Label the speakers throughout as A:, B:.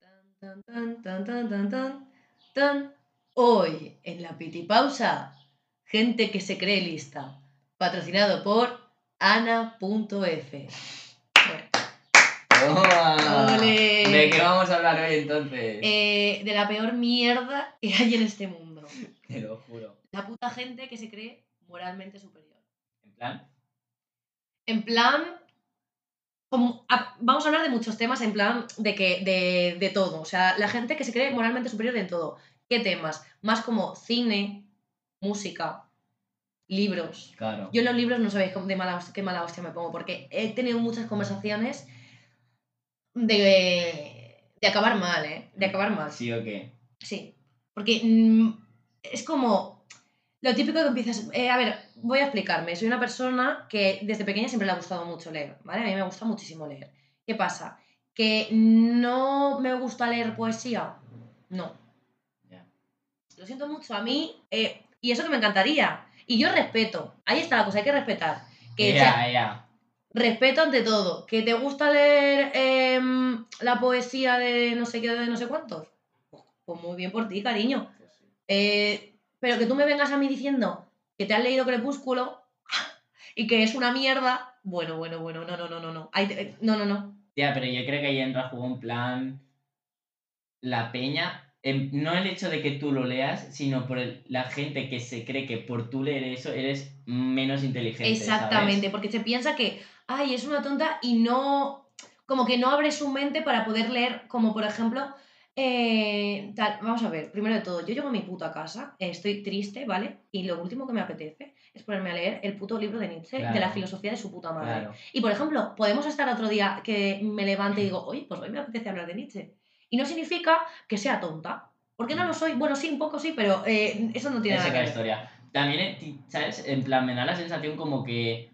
A: Tan, tan, tan, tan, tan, tan, tan. Hoy, en la pitipausa, gente que se cree lista. Patrocinado por ana.f.
B: ¡Toma!
A: Ole.
B: ¿De qué vamos a hablar hoy entonces?
A: Eh, de la peor mierda que hay en este mundo.
B: Te lo juro.
A: La puta gente que se cree moralmente superior.
B: En plan,
A: En plan, como- a- vamos a hablar de muchos temas, en plan, de que, de, de todo. O sea, la gente que se cree moralmente superior en todo. ¿Qué temas? Más como cine, música, libros.
B: claro.
A: Yo en los libros no sabéis cómo- de mala, hos- qué mala hostia me pongo, porque he tenido muchas conversaciones de, de acabar mal, ¿eh? De acabar mal.
B: ¿Sí o qué?
A: Sí, porque mm, es como lo típico que empiezas... eh, a ver, voy a explicarme. Soy una persona que desde pequeña siempre le ha gustado mucho leer, ¿vale? A mí me gusta muchísimo leer. ¿Qué pasa? ¿Que no me gusta leer poesía? No.
B: Ya.
A: Lo siento mucho, a mí... eh, y eso que me encantaría. Y yo respeto. Ahí está la cosa, hay que respetar. Que, o sea,
B: ya, ya.
A: respeto ante todo. ¿Que te gusta leer em, la poesía de no sé qué, de no sé cuántos? Pues- Pues muy bien por ti, cariño.
B: Pues sí.
A: Eh, pero que tú me vengas a mí diciendo que te has leído Crepúsculo y que es una mierda. Bueno, bueno, bueno, no, no, no, no, no. Ahí te- eh, no, no, no.
B: Ya, pero yo creo que ahí entra a juego en plan. La peña. en- no el hecho de que tú lo leas, sino por el- la gente que se cree que por tú leer eso eres menos inteligente. ¿sabes?
A: Exactamente, porque se piensa que, ay, es una tonta y no, como que no abre su mente para poder leer, como por ejemplo, eh, tal, vamos a ver, primero de todo, yo llego a mi puta casa, eh, estoy triste, ¿vale? Y lo último que me apetece es ponerme a leer el puto libro de Nietzsche, de la
B: Claro.
A: filosofía de su puta madre.
B: Claro.
A: Y por ejemplo, podemos estar otro día que me levante y digo, oye, pues hoy me apetece hablar de Nietzsche. Y no significa que sea tonta. Porque no lo soy. Bueno, sí, un poco sí, pero eh, eso no tiene
B: Mm. Esa
A: nada que
B: es la
A: ver.
B: historia. También, eh, ti- ¿sabes? En plan, me da la sensación como que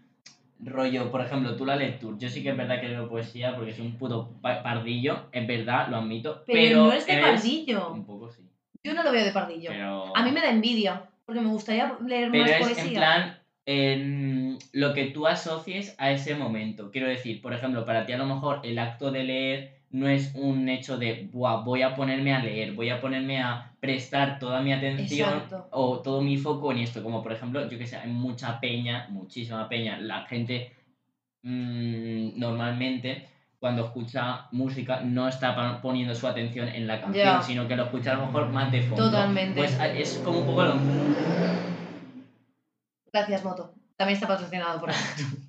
B: rollo, por ejemplo, tú la lectura, yo sí que es verdad que leo poesía porque soy un puto pa- pardillo, es verdad, lo admito,
A: Pero,
B: pero, Mm.
A: no es de pardillo.
B: Un poco sí.
A: Yo no lo veo de pardillo.
B: Pero
A: A mí me da envidia, porque me gustaría leer
B: pero
A: más
B: es
A: poesía.
B: en plan en lo que tú asocies a ese momento. Quiero decir, por ejemplo, para ti a lo mejor el acto de leer no es un hecho de Buah, voy a ponerme a leer, voy a ponerme a prestar toda mi atención
A: Exacto.
B: o todo mi foco en esto. Como por ejemplo, yo que sé, hay mucha peña, muchísima peña, la gente mm, normalmente cuando escucha música no está pa- poniendo su atención en la canción,
A: Ya.
B: sino que lo escucha a lo mejor más de fondo.
A: Totalmente.
B: Pues a- es como un poco lo
A: Gracias, Moto. También está patrocinado por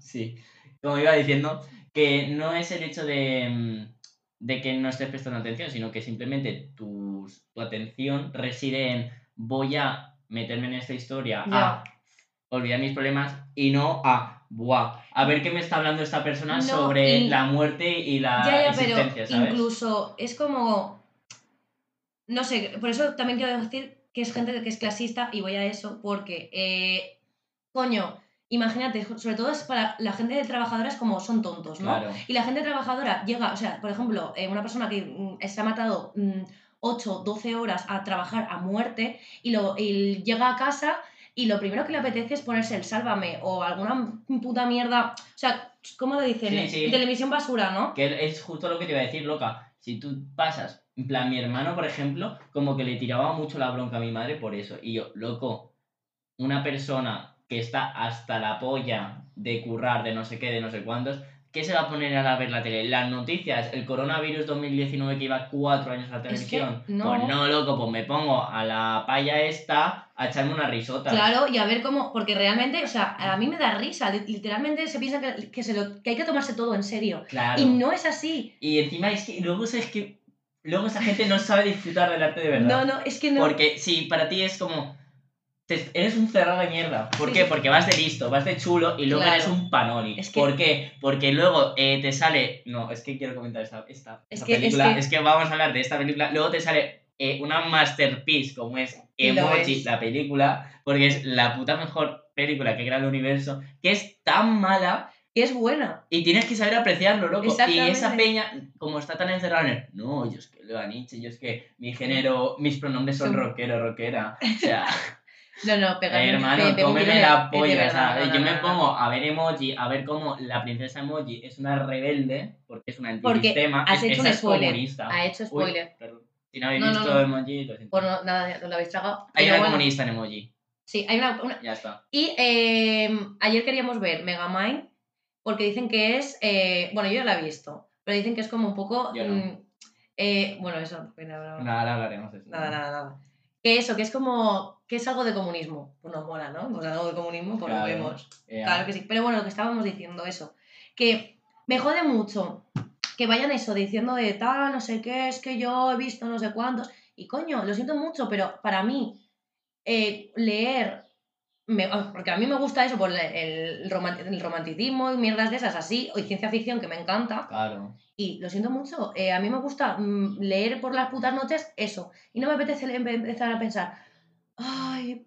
B: Sí, como iba diciendo, que no es el hecho de, mm, de que no estés prestando atención, sino que simplemente tus- tu, atención reside en voy a meterme en esta historia,
A: Ya.
B: a olvidar mis problemas y no a, buah, a ver qué me está hablando esta persona
A: No,
B: sobre
A: y-
B: la muerte y la
A: Ya, ya, pero
B: Ah, existencia, ¿sabes?
A: incluso es como. No sé, por eso también quiero decir que es gente que es clasista y voy a eso, porque. eh, coño, imagínate, jo- sobre todo es para la gente de trabajadoras como son tontos, ¿no?
B: Claro,
A: Y la gente trabajadora llega, o sea, por ejemplo, eh, una persona que mm, se ha matado 8, 12 horas a trabajar a muerte y, lo, y llega a casa y lo primero que le apetece es ponerse el sálvame o alguna puta mierda. O sea, ¿cómo lo dicen? Eh,
B: Sí, sí.
A: Televisión basura, ¿no?
B: que es justo lo que te iba a decir, loca. Si tú pasas, en plan, mi hermano, por ejemplo, como que le tiraba mucho la bronca a mi madre por eso. Y yo, loco, una persona que está hasta la polla de currar, de no sé qué, de no sé cuántos, ¿qué se va a poner a la- ver la tele? Las noticias, el coronavirus 2019 que iba cuatro años a la
A: Es que
B: televisión.
A: no.
B: Pues no, loco, pues me pongo a la palla esta a echarme una risota.
A: Claro, y a ver cómo, porque realmente, o sea, a mí me da risa, li- literalmente se piensa que, que se lo- que hay que tomarse todo en serio.
B: Claro.
A: Y no es así.
B: Y encima es que luego es que luego esa gente no sabe disfrutar del arte de verdad.
A: No, no, es que no.
B: Porque si para ti es como. te- eres un cerrado de mierda. ¿Por
A: Sí,
B: qué?
A: sí.
B: Porque vas de listo, vas de chulo y luego
A: Claro.
B: eres un panoli.
A: Es que-
B: ¿Por qué? Porque luego eh, te sale. No, es que quiero comentar esta, esta,
A: Es
B: esta
A: que- es
B: película. Es
A: que-
B: que... vamos a hablar de esta película. Luego te sale eh, una masterpiece como es
A: Y lo
B: Emoji,
A: es.
B: la película, porque es la puta mejor película que crea el universo, que es tan mala
A: Y es buena.
B: y tienes que saber apreciarlo, loco. Y
A: Exactamente.
B: esa peña, como está tan encerrada en el, no, yo es que leo a Nietzsche, yo es que mi género, mis pronombres son
A: Son-
B: rockero, rockera. O sea, "Eh,
A: No, no, pegar.
B: Hermano, cómeme la polla, o sea, yo me pongo a ver emoji, a ver cómo la princesa emoji es una rebelde, porque es una
A: Porque
B: antisistema,
A: has
B: es,
A: hecho
B: esa
A: un
B: es
A: spoiler.
B: comunista.
A: Ha hecho
B: Uy,
A: spoiler.
B: perdón. Si no habéis
A: No, no,
B: visto
A: no.
B: emoji, lo siento.
A: Por Pues no- nada, no lo habéis tragado.
B: Hay
A: pero
B: una
A: bueno,
B: comunista en emoji.
A: Sí, hay una, una-
B: Ya está.
A: Y eh, ayer queríamos ver Megamind porque dicen que es. eh, bueno, yo ya la he visto, pero dicen que es como un poco.
B: Yo no.
A: mm, eh, bueno, eso. bueno, no, no,
B: Nada, ahora hablaremos de eso.
A: Nada, nada, nada. Que eso, que es como. que es algo de comunismo. Pues nos mola, ¿no? Pues algo de comunismo, pues lo
B: Claro.
A: vemos.
B: Eh,
A: Claro que sí. Pero bueno, lo que estábamos diciendo, eso. Que me jode mucho que vayan eso diciendo de tal, no sé qué, es que yo he visto no sé cuántos. Y coño, lo siento mucho, pero para mí, eh, leer. me- ah, porque a mí me gusta eso, por el, roman- el romanticismo y mierdas de esas así, o y ciencia ficción que me encanta.
B: Claro.
A: Y lo siento mucho, eh, a mí me gusta mm, leer por las putas noches eso. Y no me apetece le- empe- empezar a pensar, ay,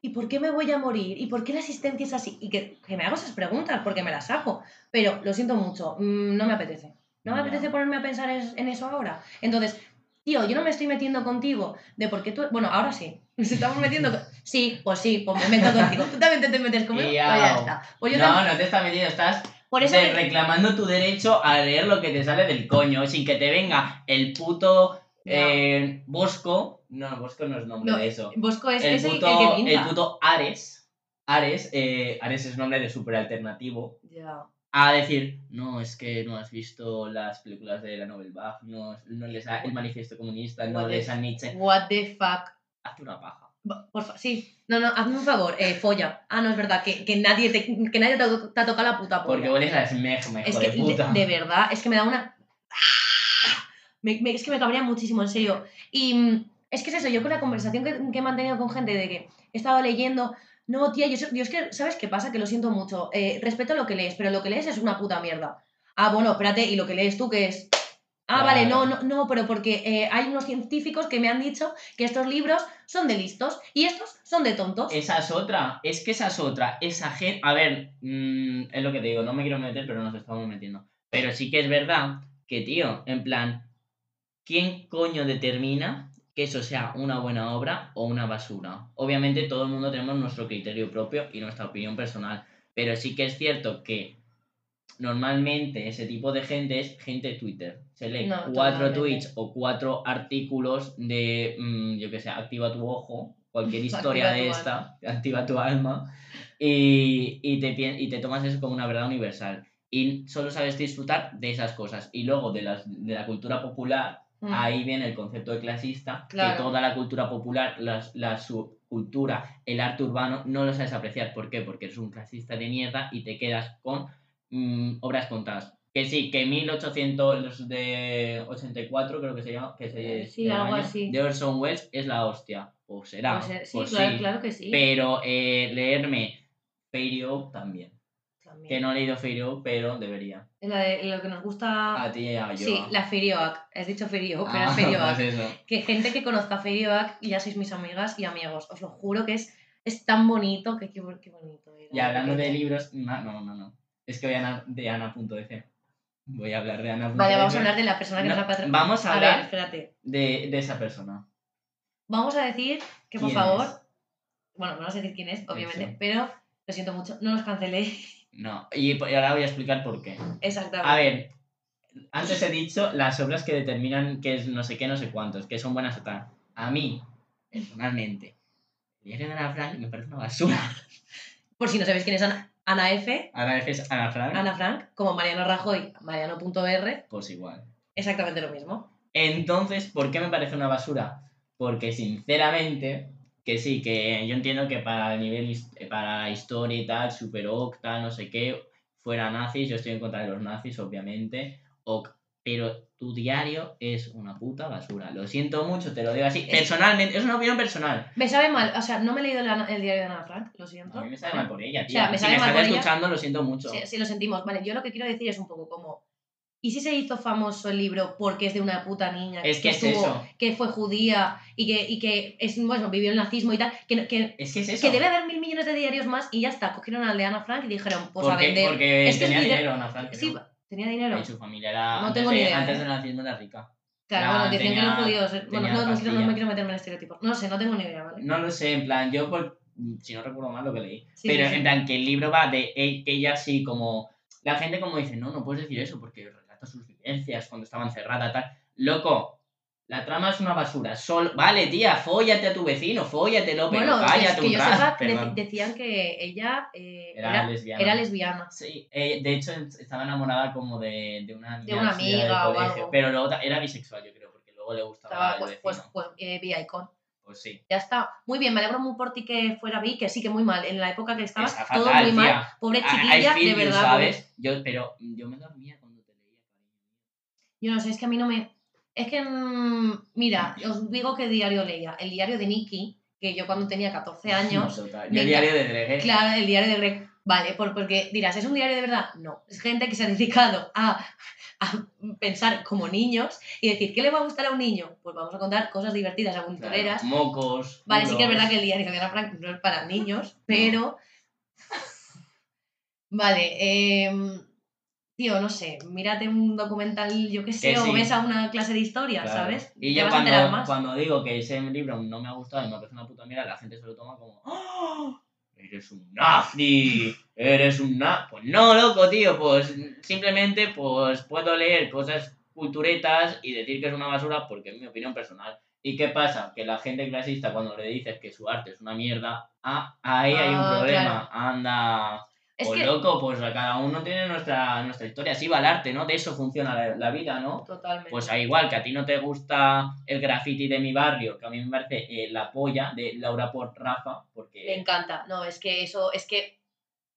A: ¿y por qué me voy a morir? ¿Y por qué la existencia es así? Y que, que me hago esas preguntas porque me las hago. Pero lo siento mucho, mm, no me apetece. No me
B: Ya.
A: apetece ponerme a pensar es- en eso ahora. Entonces, tío, yo no me estoy metiendo contigo de por qué tú... Bueno, ahora sí. Nos estamos metiendo... con- Sí, pues sí, pues me meto contigo. Tú también te, te metes conmigo. Pues ya
B: Yao.
A: está. Pues yo
B: no,
A: también...
B: no te estás metiendo, estás
A: Por eso...
B: de-
A: que-
B: reclamando tu derecho a leer lo que te sale del coño, sin que te venga el puto eh, Bosco. No, Bosco no es nombre
A: No,
B: de eso.
A: Bosco es,
B: El
A: es el- el,
B: puto,
A: que
B: el,
A: pinta.
B: puto Ares. Ares, eh, Ares es nombre de super alternativo.
A: Ya.
B: A decir, no, es que no has visto las películas de la Novel Bach, no, no lees a- el manifiesto comunista, no
A: What
B: lees
A: is-
B: a Nietzsche.
A: What the fuck.
B: Hazte una paja.
A: Ba- Por fa- sí. No, no, hazme un favor, eh, folla. Ah, no, es verdad, que, que nadie, te, que nadie te, ha to- te ha tocado la puta polla.
B: Porque hueles a Smegma, hijo
A: es que,
B: de puta.
A: de, de verdad, es que me da una... ¡Ah! Me- me- es que me cabría muchísimo, en serio. Y mm, es que es eso, yo con la conversación que, que he mantenido con gente de que he estado leyendo... No, tía, yo, so- yo es que, ¿sabes qué pasa? Que lo siento mucho. Eh, respeto lo que lees, pero lo que lees es una puta mierda. Ah, bueno, espérate, ¿y lo que lees tú qué es? Ah, vale, no, no, no, pero porque eh, hay unos científicos que me han dicho que estos libros son de listos y estos son de tontos.
B: Esa es otra, es que esa es otra, esa gente, a ver, mm, es lo que te digo, no me quiero meter, pero nos estamos metiendo. Pero sí que es verdad que, tío, en plan, ¿quién coño determina que eso sea una buena obra o una basura? Obviamente todo el mundo tenemos nuestro criterio propio y nuestra opinión personal, pero sí que es cierto que normalmente ese tipo de gente es gente de Twitter. Se lee
A: No,
B: cuatro
A: totalmente.
B: tweets o cuatro artículos de, mm, yo qué sé, activa tu ojo, cualquier
A: Activa
B: historia
A: tu
B: de
A: alma.
B: esta, activa tu alma, y, y te, pien- y te tomas eso como una verdad universal. Y solo sabes disfrutar de esas cosas. Y luego de, las, de la cultura popular,
A: Mm.
B: ahí viene el concepto de clasista,
A: Claro.
B: que toda la cultura popular, las- la subcultura, el arte urbano, no lo sabes apreciar. ¿Por qué? Porque eres un clasista de mierda y te quedas con mm, obras contadas. Que sí, que 1800 los de 84 creo que se llama, que se
A: Eh, sí,
B: del
A: algo así.
B: de Orson Welles es la hostia. O será.
A: Pues, eh, sí,
B: pues
A: claro,
B: sí.
A: claro que sí.
B: Pero eh, leerme Fairy Oak también.
A: También.
B: Que no he leído Fairy Oak, pero debería.
A: Es la de lo que nos gusta.
B: A ti y a yo.
A: Ah. sí, la Ferioac. Has dicho Ferioac, pero
B: Ah,
A: es Ferioac.
B: pues eso.
A: Que gente que conozca Ferioac, ya sois mis amigas y amigos. Os lo juro que es, es tan bonito que qué, bo- qué bonito. era.
B: Y hablando de libros. No, no, no. no. Es que voy a hablar de Ana.dc. Voy a hablar de Ana.dc.
A: Vale, vamos a hablar de la persona que
B: No,
A: nos ha patrocinado.
B: vamos a
A: A ver,
B: hablar
A: espérate.
B: de, de esa persona.
A: Vamos a decir que, por
B: ¿Quién
A: favor.
B: es?
A: Bueno, no vamos a decir quién es, obviamente,
B: sí.
A: pero lo siento mucho. No nos canceléis.
B: No. Y, y ahora voy a explicar por qué.
A: Exactamente.
B: A ver, antes he dicho las obras que determinan que es no sé qué, no sé cuántos, que son buenas o tal. A mí, personalmente, leer en Ana Frank me parece una basura.
A: Por si no sabéis quién es Ana, Ana F,
B: Ana veces Ana Frank,
A: Ana Frank, como Mariano Rajoy, Mariano.r,
B: pues igual.
A: exactamente lo mismo.
B: Entonces, ¿por qué me parece una basura? Porque sinceramente, que sí, que yo entiendo que para el nivel, his- eh, para la historia y tal, super octa, no sé qué, fuera nazis, yo estoy en contra de los nazis, obviamente, ok, pero tu diario es una puta basura. Lo siento mucho, te lo digo así.
A: Es-
B: Personalmente, es una opinión personal.
A: Me sabe mal, o sea, no me he leído el, ana- el diario de Ana Frank, lo siento.
B: A mí me sale mal por ella,
A: O
B: tía.
A: sea, me
B: si
A: sale
B: me
A: mal
B: estás
A: por ella.
B: escuchando, lo siento mucho.
A: Sí, sí, lo sentimos. Vale, yo lo que quiero decir es un poco como. ¿Y si se hizo famoso el libro porque es de una puta niña
B: Es que es
A: estuvo-
B: eso.
A: que fue judía y que, y que es, bueno, vivió el nazismo y tal? Que, no- que,
B: Es que es eso.
A: que debe haber mil millones de diarios más y ya está. Cogieron al de Ana Frank y dijeron, pues a
B: porque,
A: vender.
B: porque
A: Es que es
B: tenía
A: mi de-
B: dinero, Ana Frank.
A: sí,
B: creo.
A: tenía dinero.
B: Y su familia era.
A: No
B: antes
A: tengo
B: de-
A: ni idea,
B: Antes
A: ¿eh?
B: de nazismo era rica.
A: Claro,
B: Nah,
A: bueno, dicen que los
B: "Ah, tenía-
A: judíos. eh, Bueno, no,
B: tenía
A: no, quiero- no
B: pastilla.
A: me quiero meterme en estereotipos. No sé, no tengo ni idea, ¿vale?
B: No lo sé, en plan, yo por- si no recuerdo mal lo que leí.
A: Sí,
B: pero
A: sí, sí.
B: en plan, que el libro va de e- que ella sí, como. La gente como dice, no, no puedes decir eso porque relata sus vivencias cuando estaba encerrada, tal. Loco, La trama es una basura. Sol... Vale, tía, fóllate a tu vecino, fóllatelo, pero
A: bueno, es
B: cállate
A: que
B: un
A: yo
B: rato,
A: sepa, dec-
B: perdón.
A: decían que ella eh,
B: Era,
A: era,
B: lesbiana.
A: era lesbiana.
B: Sí, eh, de hecho en- estaba enamorada como de, de una niña
A: De una
B: así, era del
A: amiga o
B: colegio,
A: algo.
B: Pero luego ta- era bisexual, yo creo, porque luego le gustaba
A: Estaba,
B: el
A: pues,
B: vecino.
A: pues,
B: Pues,
A: pues eh, vía icon.
B: sí.
A: Ya está. Muy bien, me alegro muy por ti que fuera vi, que sí, que muy mal. En la época que estabas,
B: Está
A: todo
B: fatal,
A: muy mal.
B: tía.
A: Pobre
B: I- I
A: chiquilla,
B: feel
A: de
B: you,
A: verdad. pobre-
B: Ah, ¿sabes? Yo, pero yo me dormía cuando te leía.
A: Yo no sé, es que a mí no me. Es que, mm, mira, os digo qué diario leía. El diario de Nicky, que yo cuando tenía 14 años.
B: Total.
A: me
B: Yo diario de Dredd.
A: Claro, el diario de Greg. Vale, por- porque dirás, ¿es un diario de verdad? No. Es gente que se ha dedicado a, a pensar como niños y decir, ¿qué le va a gustar a un niño? Pues vamos a contar cosas divertidas,
B: Claro,
A: aventureras.
B: Mocos.
A: Vale, sí que es
B: culos.
A: verdad que el diario de Ana Frank no es para niños, pero. Vale, em, tío, no sé, mírate un documental, yo qué sé,
B: Que
A: o
B: sí.
A: ves a una clase de historia,
B: Claro.
A: ¿sabes? Te
B: Y yo
A: vas a enterar
B: cuando,
A: más.
B: cuando digo que ese libro no me ha gustado y me parece una puta mierda, la gente se lo toma como ¡Ah! ¡Eres un nazi! ¡Eres un nazi! Pues no, loco, tío, pues simplemente pues puedo leer cosas culturetas y decir que es una basura porque es mi opinión personal. ¿Y qué pasa? Que la gente clasista cuando le dices que su arte es una mierda, ah, ahí hay un
A: Ah,
B: problema. Anda,
A: Es
B: pues
A: que.
B: loco, pues a cada uno tiene nuestra, nuestra historia. Así va el arte, ¿no? De eso funciona la- la vida, ¿no?
A: Totalmente.
B: Pues a igual que a ti no te gusta el graffiti de mi barrio, que a mí me parece eh, la polla de Laura por Rafa,
A: Me
B: porque
A: encanta. No, es que eso, es que,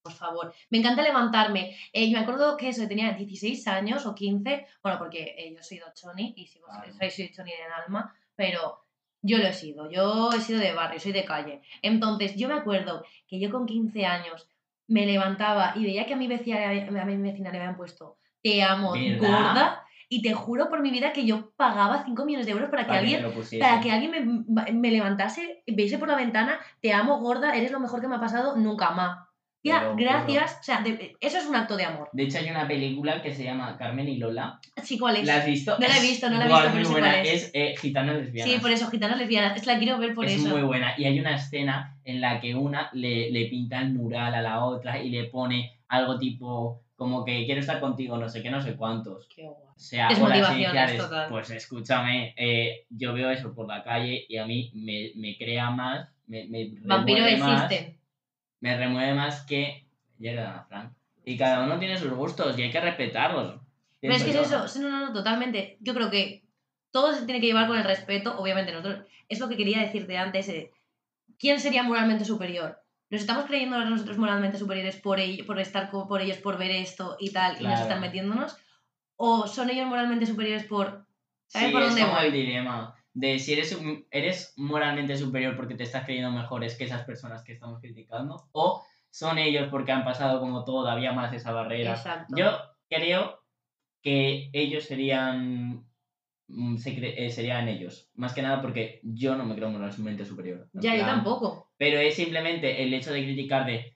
A: por favor, me encanta levantarme. Eh, yo me acuerdo que eso, tenía 16 años o 15, bueno, porque eh, yo soy dochoni y sigo,
B: Claro.
A: soy, soy dochoni en el alma, pero yo lo he sido, yo he sido de barrio, soy de calle. Entonces, yo me acuerdo que yo con 15 años me levantaba y veía que a mi vecina, le- a mi vecina le habían puesto, te amo,
B: ¿Verdad?
A: gorda, y te juro por mi vida que yo pagaba 5 millones de euros para que
B: para que
A: alguien
B: te lo pusiese.
A: para que alguien me, me levantase, viese por la ventana, te amo gorda, eres lo mejor que me ha pasado nunca más.
B: Te
A: Ya,
B: lo juro.
A: gracias. O sea, de- eso es un acto de amor.
B: De hecho hay una película que se llama Carmen y Lola.
A: Sí, ¿cuál es?
B: ¿La has visto?
A: No la he
B: Es
A: visto, no la he
B: guau,
A: visto, pero
B: muy
A: sé
B: buena.
A: cuál es.
B: Es eh, gitana lesbiana.
A: sí, por eso, gitanas lesbianas. Es la quiero ver por
B: es
A: eso.
B: muy buena. Y hay una escena en la que una le, le pinta el mural a la otra y le pone algo tipo como que quiero estar contigo, no sé qué, no sé cuántos.
A: Qué guay.
B: O sea,
A: Es
B: o las
A: motivación,
B: iniciales,
A: es total.
B: Pues escúchame, eh, yo veo eso por la calle y a mí me, me crea más, me, me
A: Vampiros
B: remueve más,
A: existen.
B: me remueve más que Yerda Frank. Y cada uno tiene sus gustos y hay que respetarlos.
A: Pero es que es
B: pienso yo.
A: eso. sí, No, no, no, totalmente. Yo creo que todo se tiene que llevar con el respeto, obviamente nosotros. Es lo que quería decirte antes. eh, ¿Quién sería moralmente superior? Nos estamos creyendo ahora nosotros moralmente superiores por, ello- por estar co- por ellos, por ver esto y tal, y nos
B: Claro.
A: están metiéndonos. ¿O son ellos moralmente superiores por... ¿Sabes
B: Sí,
A: por
B: es
A: dónde
B: como
A: voy?
B: el dilema de si eres, un- eres moralmente superior porque te estás creyendo mejores que esas personas que estamos criticando o son ellos porque han pasado como todavía más esa barrera.
A: Exacto.
B: Yo creo que ellos serían. mm, se cre- eh, serían ellos. Más que nada porque yo no me creo moralmente superior. en
A: ya, yo
B: plan,
A: tampoco.
B: Pero es simplemente el hecho de criticar de.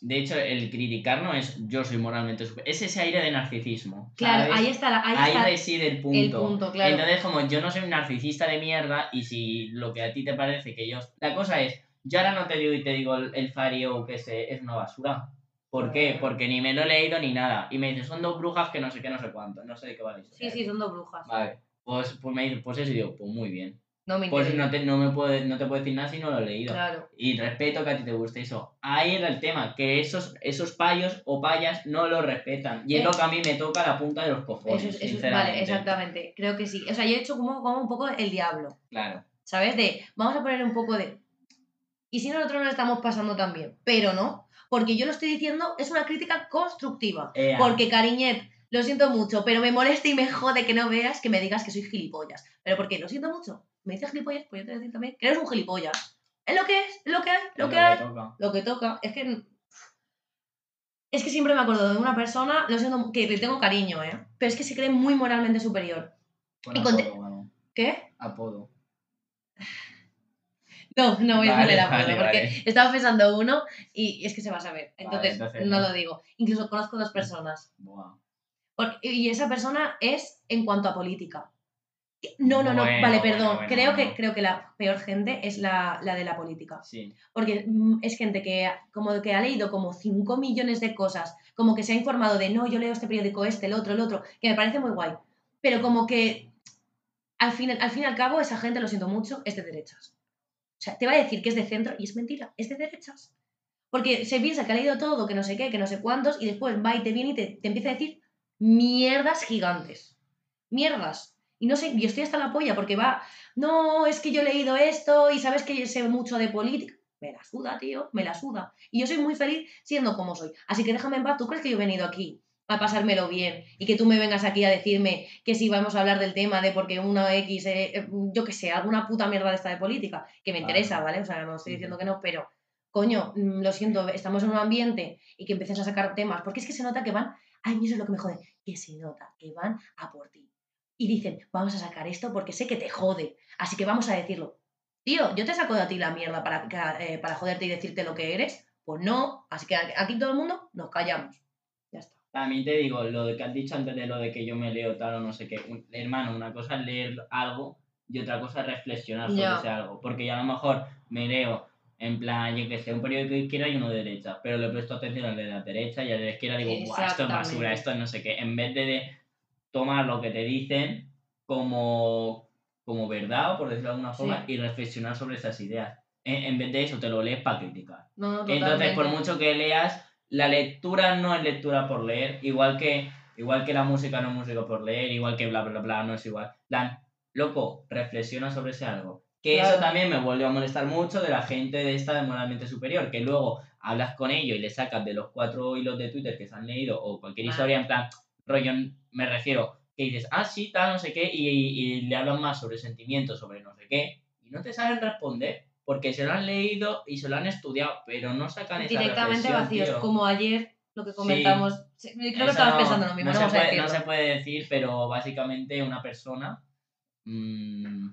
B: De hecho, el criticar no es yo soy moralmente superior. Es ese aire de narcisismo.
A: Claro,
B: ¿sabes?
A: ahí está, la- ahí
B: Ahí
A: está
B: reside el punto.
A: el punto, claro.
B: Entonces, como yo no soy un narcisista de mierda, y si lo que a ti te parece que yo. La cosa es, yo ahora no te digo y te digo el, el Fario que se- es una basura. ¿Por qué?
A: Ah.
B: Porque ni me lo he leído ni nada. Y me dices, son dos brujas que no sé qué, no sé cuánto. No sé de qué va la
A: sí,
B: historia.
A: sí, son dos brujas.
B: Vale. Pues, pues me dices, pues eso, y digo, pues muy bien.
A: No me
B: Pues
A: interesa.
B: no te, no me puede, no te puedo decir nada si no lo he leído.
A: Claro.
B: Y respeto que a ti te guste eso. Ahí era el tema, que esos, esos payos o payas no lo respetan. Y es
A: Eh.
B: lo que a mí me toca la punta de los cojones,
A: Eso, es- eso, es-
B: Pues sinceramente.
A: vale, exactamente. Creo que sí. O sea, yo he hecho como, como un poco el diablo.
B: Claro.
A: ¿Sabes? De, vamos a poner un poco de... Y si nosotros no lo estamos pasando tan bien, pero no, porque yo lo estoy diciendo, es una crítica constructiva.
B: Ea.
A: Porque, cariñet, lo siento mucho, pero me molesta y me jode que no veas que me digas que soy gilipollas. Pero porque lo siento mucho, me dices gilipollas, pues yo te voy a decir también que eres un gilipollas. Es lo que es, es lo que hay, lo
B: Es
A: que hay,
B: que toca.
A: lo que toca. Es que... Es que siempre me acuerdo de una persona, lo siento, mu- que le tengo cariño, ¿eh? Pero es que se cree muy moralmente superior.
B: Con
A: Y
B: apodo,
A: conte-
B: bueno,
A: ¿Qué?
B: apodo.
A: No, no voy a
B: Vale,
A: poner acuerdo
B: vale,
A: porque
B: vale.
A: estaba pensando uno y es que se va a saber. Entonces,
B: entonces
A: no,
B: no.
A: lo digo. Incluso conozco dos personas.
B: Buah.
A: Por- y esa persona es en cuanto a política. No, no, no,
B: Bueno,
A: vale,
B: bueno,
A: perdón.
B: bueno,
A: creo, Que,
B: bueno.
A: creo que la peor gente es la, la de la política.
B: Sí.
A: Porque mm, es gente que, ha- como que ha leído como 5 millones de cosas, como que se ha informado de no, yo leo este periódico, este, el otro, el otro, que me parece muy guay. Pero como que al fin, al fin y al cabo, esa gente, lo siento mucho, es de derechas. O sea, te va a decir que es de centro y es mentira, es de derechas. Porque se piensa que ha leído todo, que no sé qué, que no sé cuántos, y después va y te viene y te, te empieza a decir mierdas gigantes. Mierdas. Y no sé, y estoy hasta la polla porque va, no, es que yo he leído esto y sabes que yo sé mucho de política. Me la suda, tío, me la suda. Y yo soy muy feliz siendo como soy. Así que déjame en paz, ¿tú crees que yo he venido aquí a pasármelo bien y que tú me vengas aquí a decirme que si vamos a hablar del tema de porque una X, eh, yo que sé, alguna puta mierda de esta de política, que me
B: Vale.
A: interesa, ¿vale? O sea, no estoy diciendo que no, pero coño, mm, lo siento, estamos en un ambiente y que empieces a sacar temas, porque es que se nota que van, ay, eso es lo que me jode, que se nota que van a por ti. Y dicen, vamos a sacar esto porque sé que te jode, así que vamos a decirlo. Tío, yo te saco de a ti la mierda para, ca- eh, para joderte y decirte lo que eres. Pues no, así que a- aquí todo el mundo nos callamos. Ya está.
B: También te digo, lo de que has dicho antes de lo de que yo me leo tal o no sé qué. un- hermano, una cosa es leer algo y otra cosa es reflexionar sobre
A: Ya.
B: ese algo. Porque yo a lo mejor me leo, en plan, yo que sé, un periódico de izquierda y uno de derecha. Pero le presto atención al de la derecha y al de la izquierda digo, "Buah, esto es
A: Exactamente.
B: basura, esto es no sé qué. En vez de, de tomar lo que te dicen como, como verdad, o por decirlo de alguna forma, y reflexionar sobre esas ideas. En, en vez de eso, te lo lees para criticar.
A: No, no,
B: Entonces, por
A: totalmente.
B: mucho que leas, la lectura no es lectura por leer, igual que, igual que la música no es música por leer, igual que bla, bla, bla, no es igual. Dan, loco, reflexiona sobre ese algo. Que eso
A: Claro.
B: también me vuelve a molestar mucho de la gente de esta de moralmente superior, que luego hablas con ellos y le sacas de los cuatro hilos de Twitter que se han leído o cualquier
A: Ah.
B: historia en plan, rollo, me refiero, que dices, ah, sí, tal, no sé qué, y, y- y le hablan más sobre sentimientos, sobre no sé qué, y no te saben responder porque se lo han leído y se lo han estudiado, pero no sacan esa
A: Directamente
B: reflexión,
A: vacíos,
B: tío.
A: como ayer lo que
B: Sí.
A: comentamos. Sí, Creo
B: Eso
A: que estabas
B: no-
A: pensando lo mismo,
B: no,
A: no,
B: se
A: vamos a
B: puede, no
A: decirlo.
B: se puede decir, pero básicamente una persona... mm,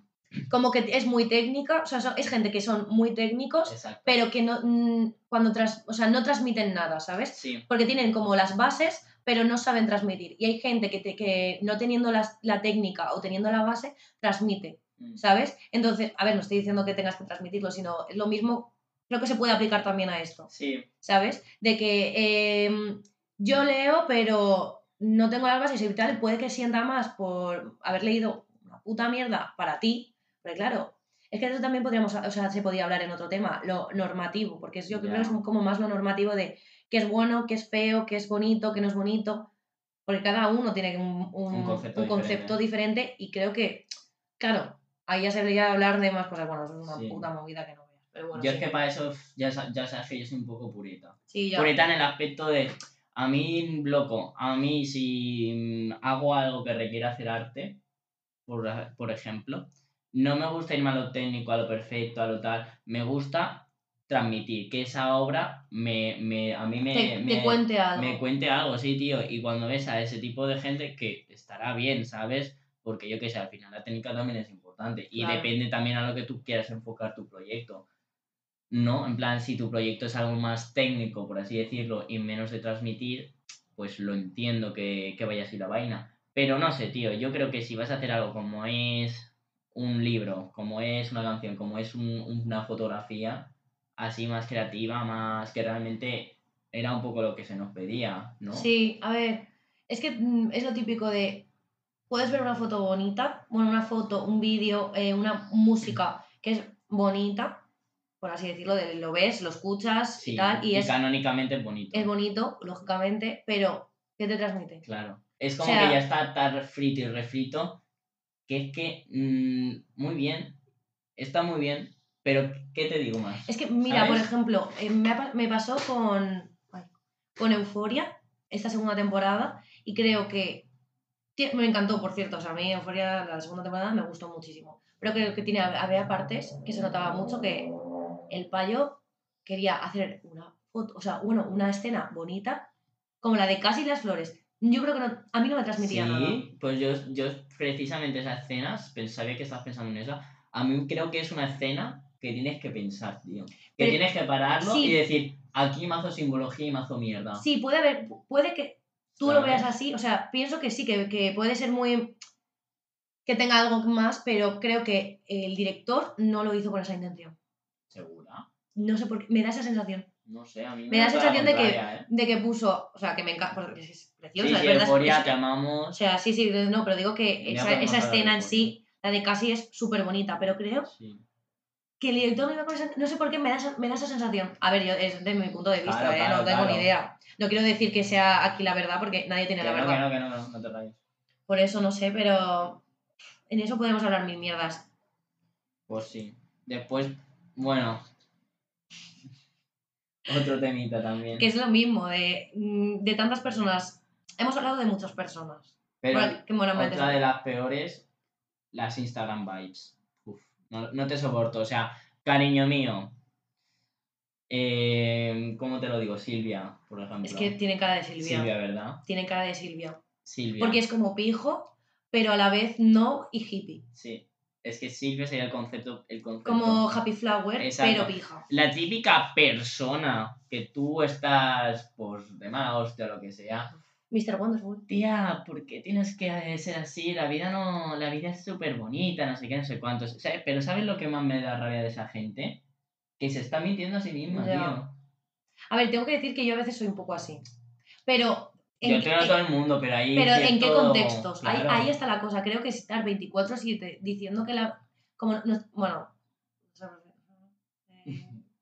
A: Como que es muy técnica, o sea, son- es gente que son muy técnicos,
B: exacto.
A: pero que no, mm, cuando tras, o sea, no transmiten nada, ¿sabes?
B: Sí,
A: porque tienen como las bases, pero no saben transmitir. Y hay gente que, te- que no teniendo las- la técnica o teniendo la base, transmite,
B: mm,
A: ¿sabes? Entonces, a ver, no estoy diciendo que tengas que transmitirlo, sino es lo mismo, creo que se puede aplicar también a esto,
B: sí.
A: ¿sabes? De que em, yo leo, pero no tengo las bases y tal, puede que sienta más por haber leído una puta mierda para ti, porque claro... Es que de eso también podríamos, o sea, se podía hablar en otro tema, lo normativo, porque es- yo creo
B: Ya.
A: que es como más lo normativo de qué es bueno, qué es feo, qué es bonito, qué no es bonito, porque cada uno tiene un, un-
B: Un concepto
A: un concepto diferente y creo que, claro, ahí ya se debería hablar de más cosas. Bueno, eso es una
B: Sí.
A: puta movida que no veas, pero bueno,
B: yo
A: sí,
B: es que para eso ya, sa- ya sabes que yo soy un poco pureta.
A: sí, ya.
B: Puritana en el aspecto de, a mí, loco, a mí si mm, hago algo que requiera hacer arte, por, a- por ejemplo, no me gusta irme a lo técnico, a lo perfecto, a lo tal, me gusta transmitir que esa obra me, me- a mí me,
A: te,
B: me-
A: te cuente algo.
B: me cuente algo, sí, tío. Y cuando ves a ese tipo de gente, que estará bien, ¿sabes? Porque yo qué sé, al final la técnica también es importante. Y
A: Claro.
B: depende también a lo que tú quieras enfocar tu proyecto. No, en plan, si tu proyecto es algo más técnico, por así decirlo, y menos de transmitir, pues lo entiendo que, que vaya así la vaina. Pero no sé, tío, yo creo que si vas a hacer algo como es un libro, como es una canción, como es un- una fotografía, así más creativa, más que realmente era un poco lo que se nos pedía, ¿no?
A: Sí, a ver, es que mm, es lo típico de, puedes ver una foto bonita, bueno, una foto, un vídeo, eh, una música que es bonita, por así decirlo, de, lo ves, lo escuchas
B: Sí,
A: y tal, y es,
B: canónicamente es bonito.
A: es bonito, lógicamente, pero ¿qué te transmite?
B: Claro. Es como
A: O sea-
B: que ya está tan frito y refrito que es que mm, muy bien, está muy bien, pero ¿qué te digo más?
A: Es que, mira, por
B: ¿Sabes?
A: ejemplo, eh, me, ha pa- me pasó con, ay, con Euforia, esta segunda temporada, y creo que. tie- Me encantó, por cierto. O sea, a mí Euforia, la segunda temporada, me gustó muchísimo. Pero creo que tiene, había partes que se notaba mucho que el payo quería hacer una foto, o sea, bueno, una escena bonita, como la de Casi las flores. Yo creo que no- a mí no me transmitía nada.
B: Sí, pues yo, yo precisamente esas escenas, pensaba que estás pensando en esa, a mí creo que es una escena que tienes que pensar, tío. Que
A: Pero-
B: tienes que pararlo
A: Sí.
B: y decir, aquí mazo simbología y mazo mierda.
A: Sí, puede haber, puede que tú lo
B: ¿Sabes?
A: veas así, o sea, pienso que sí, que, que puede ser muy, que tenga algo más, pero creo que el director no lo hizo con esa intención.
B: ¿Segura?
A: No sé por qué, me da esa sensación
B: No sé, a mí me,
A: Me da la
B: toda
A: sensación de que-
B: contraria, ¿eh?
A: de que puso, o sea, que me encanta, porque es
B: Sí,
A: preciosa,
B: sí,
A: es verdad. es-
B: Euforia,
A: es-
B: te amamos.
A: o sea, sí, sí, no, pero digo que
B: Ya
A: esa,
B: podemos
A: esa
B: hablar de
A: escena en
B: Euforia.
A: sí, La de Casi es súper bonita, pero creo
B: Sí.
A: que el director no iba con esa- No sé por qué me da, esa- me da esa sensación. A ver, yo es de mi punto de vista,
B: Claro,
A: ¿eh?
B: claro,
A: no tengo
B: claro.
A: ni idea. No quiero decir que sea aquí la verdad porque nadie
B: Que
A: tiene
B: no,
A: la
B: que
A: verdad.
B: no, que no, que no, no te rayes.
A: Por eso no sé, pero en eso podemos hablar mil mierdas.
B: Pues sí. Después, bueno. Otro temita también.
A: Que es lo mismo de, mm, de tantas personas. Hemos hablado de muchas personas.
B: Pero
A: Bueno, que moralmente
B: otra
A: son-
B: de las peores, las Instagram vibes. Uf, no, no te soporto. O sea, cariño mío. eh, ¿Cómo te lo digo? Silvia, por ejemplo.
A: Es que tienen cara de Silvia.
B: Silvia, ¿verdad?
A: Tienen cara de Silvia.
B: Silvia.
A: Porque es como pijo, pero a la vez no y hippie.
B: Sí. Es que Silvia sería el concepto. El concepto.
A: Como Happy Flower,
B: Exacto.
A: pero pija.
B: La típica persona que tú estás, pues, de mala hostia o lo que sea.
A: Mr. Wonderful.
B: Tía, ¿por qué tienes que eh, ser así? La vida no, la vida es súper bonita, no sé qué, no sé cuántos. O sea, pero ¿sabes lo que más me da rabia de esa gente? Que se está mintiendo a sí misma,
A: Ya.
B: tío.
A: A ver, tengo que decir que yo a veces soy un poco así. Pero.
B: Yo
A: qué-
B: creo a todo el mundo, pero ahí.
A: Pero
B: sí es
A: ¿en qué
B: todo-
A: contextos? Ahí-
B: claro.
A: Ahí, está la cosa. Creo que estar 24-7 diciendo que la... Como, no- bueno... nuestra profesora de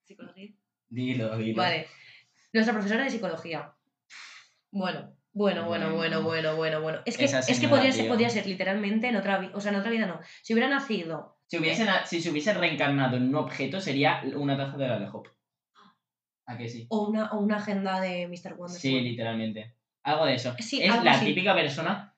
A: psicología. eh,
B: Dilo, dilo.
A: Vale. Nuestra profesora de psicología. Bueno, bueno, bueno, bueno, bueno, bueno, bueno. Es que,
B: Mm. Esa
A: es que
B: señora,
A: podría ser,
B: tío.
A: podría ser literalmente en otra vida. O sea, en otra vida no. Si hubiera nacido...
B: Si, hubiesen- si se hubiese reencarnado en un objeto, sería una taza de Alejo. ¿A que sí?
A: O una, o una agenda de Mr. Wonderful.
B: Sí, literalmente. Algo de eso.
A: Sí,
B: es
A: algo
B: la
A: así.
B: típica persona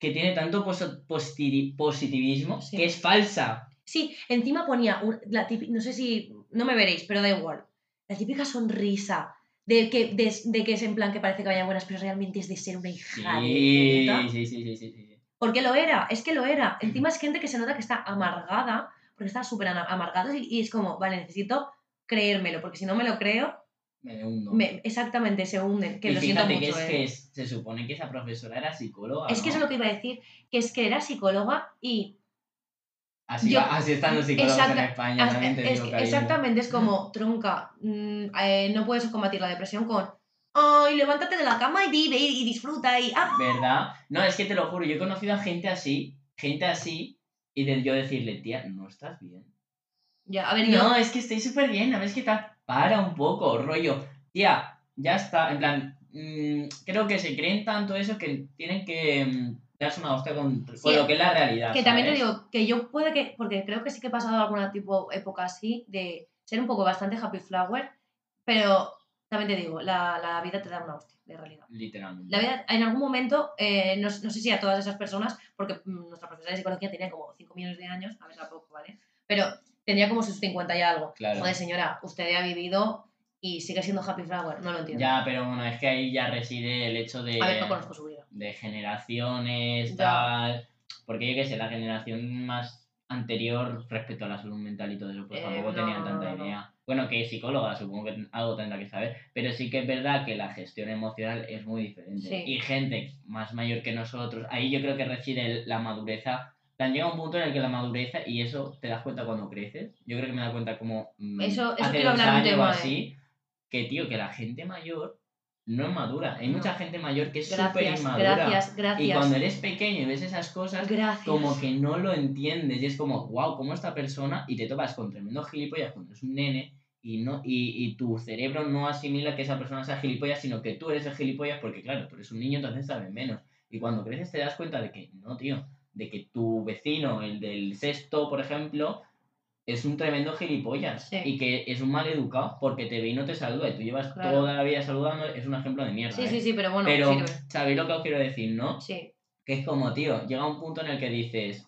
B: que tiene tanto posi- positi- positivismo
A: Sí.
B: que es falsa.
A: Sí, encima ponía un- la típica, no sé si, no me veréis, pero da igual. La típica sonrisa de que, de, de que es en plan que parece que vaya buenas, pero realmente es de ser una hija
B: Sí,
A: de puta.
B: sí, sí, sí, sí, sí.
A: Porque lo era, es que lo era.
B: Mm.
A: Encima es gente que se nota que está amargada, porque está súper ana- amargada y, y es como, vale, necesito creérmelo, porque si no me lo creo,
B: Me hundo.
A: me- exactamente se hunden, que
B: y
A: lo siento
B: fíjate
A: mucho.
B: que, es
A: ¿eh?
B: que es- se supone que esa profesora era psicóloga.
A: Es que eso es lo que iba a decir, que es que era psicóloga y
B: así,
A: yo-
B: así están los psicólogos en
A: Exacta-
B: España,
A: Hasta-
B: también te
A: Ah, es-
B: digo, cariño.
A: exactamente, es como tronca. mm, eh, no puedes combatir la depresión con. ¡Ay, levántate de la cama y vive y, y disfruta! Y, ¡ah!
B: ¿Verdad? No, es que te lo juro, yo he conocido a gente así, gente así, y de yo decirle, tía, no estás bien.
A: Ya, a ver, yo.
B: No, es que estoy súper bien, a ver, es que tal. Para un poco, rollo. Tía, ya está. En plan, mm, creo que se creen tanto eso que tienen que mm, darse una hostia con, con
A: Sí,
B: lo que es la realidad.
A: que también te
B: ¿sabes?
A: digo que yo puede que. Porque creo que sí que he pasado alguna tipo época así de ser un poco bastante happy flower, pero también te digo, la, la vida te da una hostia, de realidad.
B: Literalmente.
A: La vida, en algún momento, eh, no, no sé si a todas esas personas, porque mm, nuestra profesora de psicología tenía como 5 millones de años, a ver, tampoco, ¿vale? Pero tenía como sus 50 y algo.
B: Claro.
A: Joder, señora, usted ya ha vivido y sigue siendo Happy Flower, no lo entiendo.
B: Ya, eh, pero bueno, es que ahí ya reside el hecho de,
A: a ver, no conozco su vida.
B: de generaciones,
A: Ya.
B: tal. Porque yo qué sé, la generación más anterior respecto a la salud mental y todo eso, pues
A: Eh,
B: tampoco
A: no,
B: tenían
A: no,
B: tanta
A: no, no.
B: idea. Bueno, que psicóloga, supongo que algo tendrá que saber, pero sí que es verdad que la gestión emocional es muy diferente.
A: Sí.
B: Y gente más mayor que nosotros, ahí yo creo que reside el- la madureza. En plan, Llega un punto en el que la madureza, y eso te das cuenta cuando creces, yo creo que me da cuenta como mm,
A: Eso- eso
B: hace
A: quiero
B: dos
A: hablar un
B: años o
A: tema, eh.
B: así, que tío, que la gente mayor no es madura. Hay
A: No.
B: mucha gente mayor que es súper
A: Gracias,
B: inmadura.
A: gracias,
B: Y
A: gracias.
B: cuando eres pequeño y ves esas cosas,
A: Gracias.
B: como que no lo entiendes. Y es como, wow, ¿cómo esta persona? Y te topas con tremendo gilipollas cuando es un nene. Y, no, y, y tu cerebro no asimila que esa persona sea gilipollas, sino que tú eres el gilipollas, porque claro, tú eres un niño, entonces sabes menos. Y cuando creces te das cuenta de que no, tío, de que tu vecino, el del sexto, por ejemplo, es un tremendo gilipollas.
A: Sí.
B: Y que es un mal educado porque te ve y no te saluda. Y tú llevas
A: Claro.
B: toda la vida saludando, es un ejemplo de mierda.
A: sí,
B: ¿eh?
A: sí, sí, pero bueno,
B: Pero,
A: sirve.
B: ¿sabéis lo que os quiero decir, no?
A: Sí,
B: Que es como, tío, llega un punto en el que dices,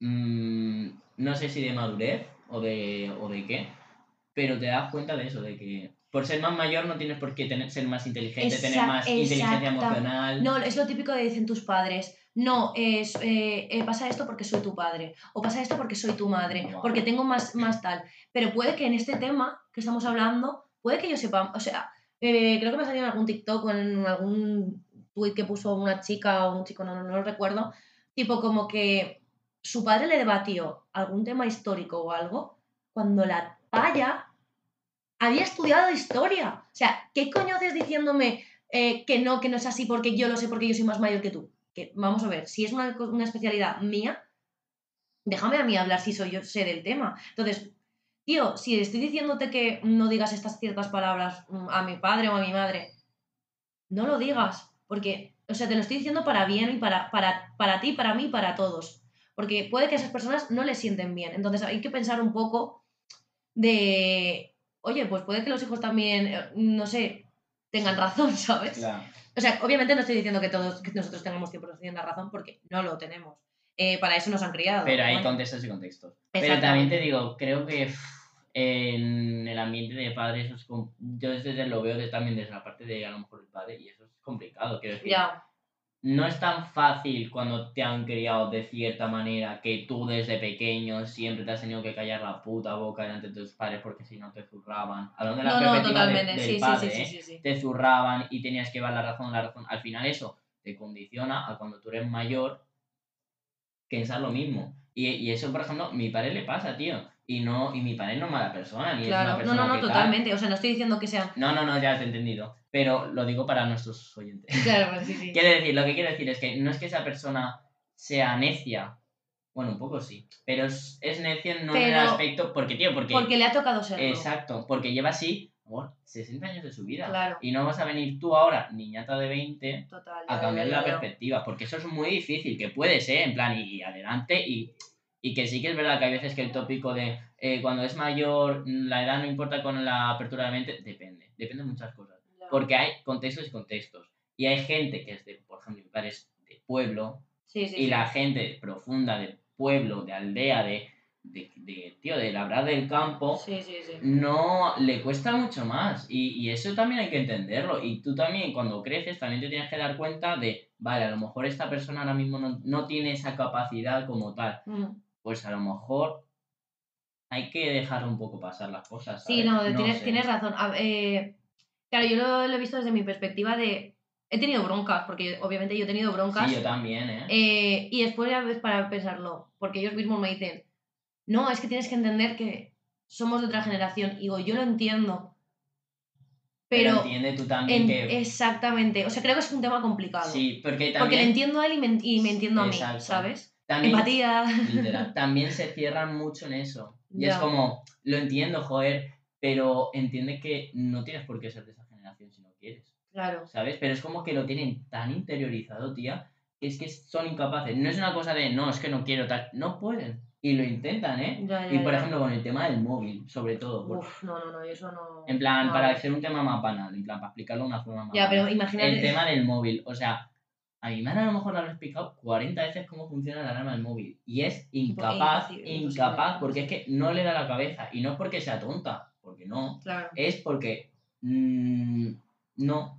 B: mm, no sé si de madurez o de, o de qué, pero te das cuenta de eso, de que por ser más mayor no tienes por qué tener, ser más inteligente, tener
A: Exact-
B: más inteligencia
A: exacta-
B: emocional.
A: no, es lo típico que dicen tus padres. No, es, eh, eh, pasa esto porque soy tu padre, o pasa esto porque soy tu madre,
B: Buah.
A: porque tengo más, más tal. Pero puede que en este tema que estamos hablando, puede que yo sepa, o sea, eh, creo que me ha salido en algún TikTok o en algún tweet que puso una chica o un chico, no, no, no lo recuerdo, tipo como que su padre le debatió algún tema histórico o algo cuando la paya había estudiado historia. O sea, ¿qué coño haces diciéndome eh, que no, que no es así porque yo lo sé, porque yo soy más mayor que tú? Que, vamos a ver, si es una, co- una especialidad mía, déjame a mí hablar si soy yo sé del tema. Entonces, tío, si estoy diciéndote que no digas estas ciertas palabras mm, a mi padre o a mi madre, no lo digas, porque, o sea, te lo estoy diciendo para bien y para, para, para ti, para mí, para todos. Porque puede que a esas personas no les sienten bien. Entonces hay que pensar un poco de, oye, pues puede que los hijos también, eh, no sé, tengan razón, ¿sabes?
B: Claro.
A: O sea, obviamente no estoy diciendo que todos, que nosotros tengamos 100% la razón, porque no lo tenemos. Eh, para eso nos han criado.
B: Pero hay
A: bueno.
B: contextos y contextos. Pero también te digo, creo que pff, en el ambiente de padres, eso es com- yo desde lo veo de- también desde la parte de a lo mejor el padre, y eso es complicado. Quiero decir,
A: Ya,
B: no es tan fácil cuando te han criado de cierta manera que tú desde pequeño siempre te has tenido que callar la puta boca delante de tus padres porque si no te zurraban. Hablando de la
A: no, no,
B: perspectiva de-
A: totalmente.
B: del
A: Sí,
B: padre,
A: sí, sí,
B: ¿eh?
A: sí, sí, sí.
B: te zurraban y tenías que llevar la razón, la razón. Al final eso te condiciona a cuando tú eres mayor pensar lo mismo. Y, y eso, por ejemplo, mi padre le pasa, tío. Y no y mi padre no es mala persona, ni es una
A: Claro, no,
B: persona
A: no, no,
B: que tal.
A: totalmente. O sea, no estoy diciendo que sean.
B: No, no, no, ya te he entendido. Pero lo digo para nuestros oyentes.
A: Claro, sí, sí.
B: Quiero decir, lo que quiero decir es que no es que esa persona sea necia. Bueno, un poco sí. Pero es, es necia no en el
A: Pero-
B: aspecto... Porque, tío, porque...
A: Porque le ha tocado serlo.
B: Exacto, porque lleva así bueno, 60 años de su vida.
A: Claro.
B: Y no vas a venir tú ahora, niñata de 20,
A: Total.
B: a
A: ya,
B: cambiar
A: ya,
B: la
A: ya.
B: perspectiva, porque eso es muy difícil, que puedes, ¿eh? En plan, y, y adelante, y, y que sí que es verdad que hay veces que el tópico de eh, cuando es mayor, mm, la edad no importa con la apertura de mente, depende, depende de muchas cosas,
A: Ya.
B: porque hay contextos y contextos, y hay gente que es de, por ejemplo, mi padre es de pueblo,
A: Sí, sí.
B: y
A: sí.
B: la gente profunda de pueblo, de aldea, de, de, de, tío, de labrar del campo,
A: Sí, sí, sí.
B: no le cuesta mucho más y, y eso también hay que entenderlo y tú también cuando creces también te tienes que dar cuenta de vale a lo mejor esta persona ahora mismo no, no tiene esa capacidad como tal
A: Mm.
B: pues a lo mejor hay que dejar un poco pasar las cosas
A: Sí,
B: ¿sabes?
A: no, tienes,
B: eh, sé.
A: tienes razón. A- eh, claro, yo lo, lo he visto desde mi perspectiva de. He tenido broncas, porque obviamente yo he tenido broncas.
B: sí yo también eh,
A: Eh, y después ya ves para pensarlo, porque ellos mismos me dicen, no, es que tienes que entender que somos de otra generación. Y digo, yo lo entiendo, pero...
B: entiende tú también
A: en-
B: que
A: Exactamente, o sea, creo que es un tema complicado.
B: sí porque
A: porque le
B: también
A: entiendo a él y me, y me entiendo a mí,
B: Exacto.
A: ¿sabes?
B: también
A: Empatía.
B: Literal. También se cierran mucho en eso. Y es
A: Ya.
B: como, lo entiendo, joder, pero entiende que no tienes por qué ser de esa generación si no quieres,
A: Claro,
B: ¿sabes? Pero es como que lo tienen tan interiorizado, tía, que es que son incapaces. No es una cosa de, no, es que no quiero tal. No pueden. Y lo intentan, ¿eh?
A: ya, ya,
B: Y por
A: ya.
B: ejemplo, con el tema del móvil, sobre todo. por-
A: Uf, no, no, no, yo eso no...
B: En plan,
A: no.
B: para hacer un tema más banal, en plan, para explicarlo de una forma más
A: Ya,
B: banal.
A: pero imagínate...
B: El tema del móvil, o sea, a mi madre a lo mejor le habrá explicado 40 veces cómo funciona la alarma del móvil. Y es incapaz,
A: imposible,
B: incapaz,
A: imposible.
B: porque es que no le da la cabeza. Y no es porque sea tonta, porque no.
A: Claro.
B: Es porque. mm, no.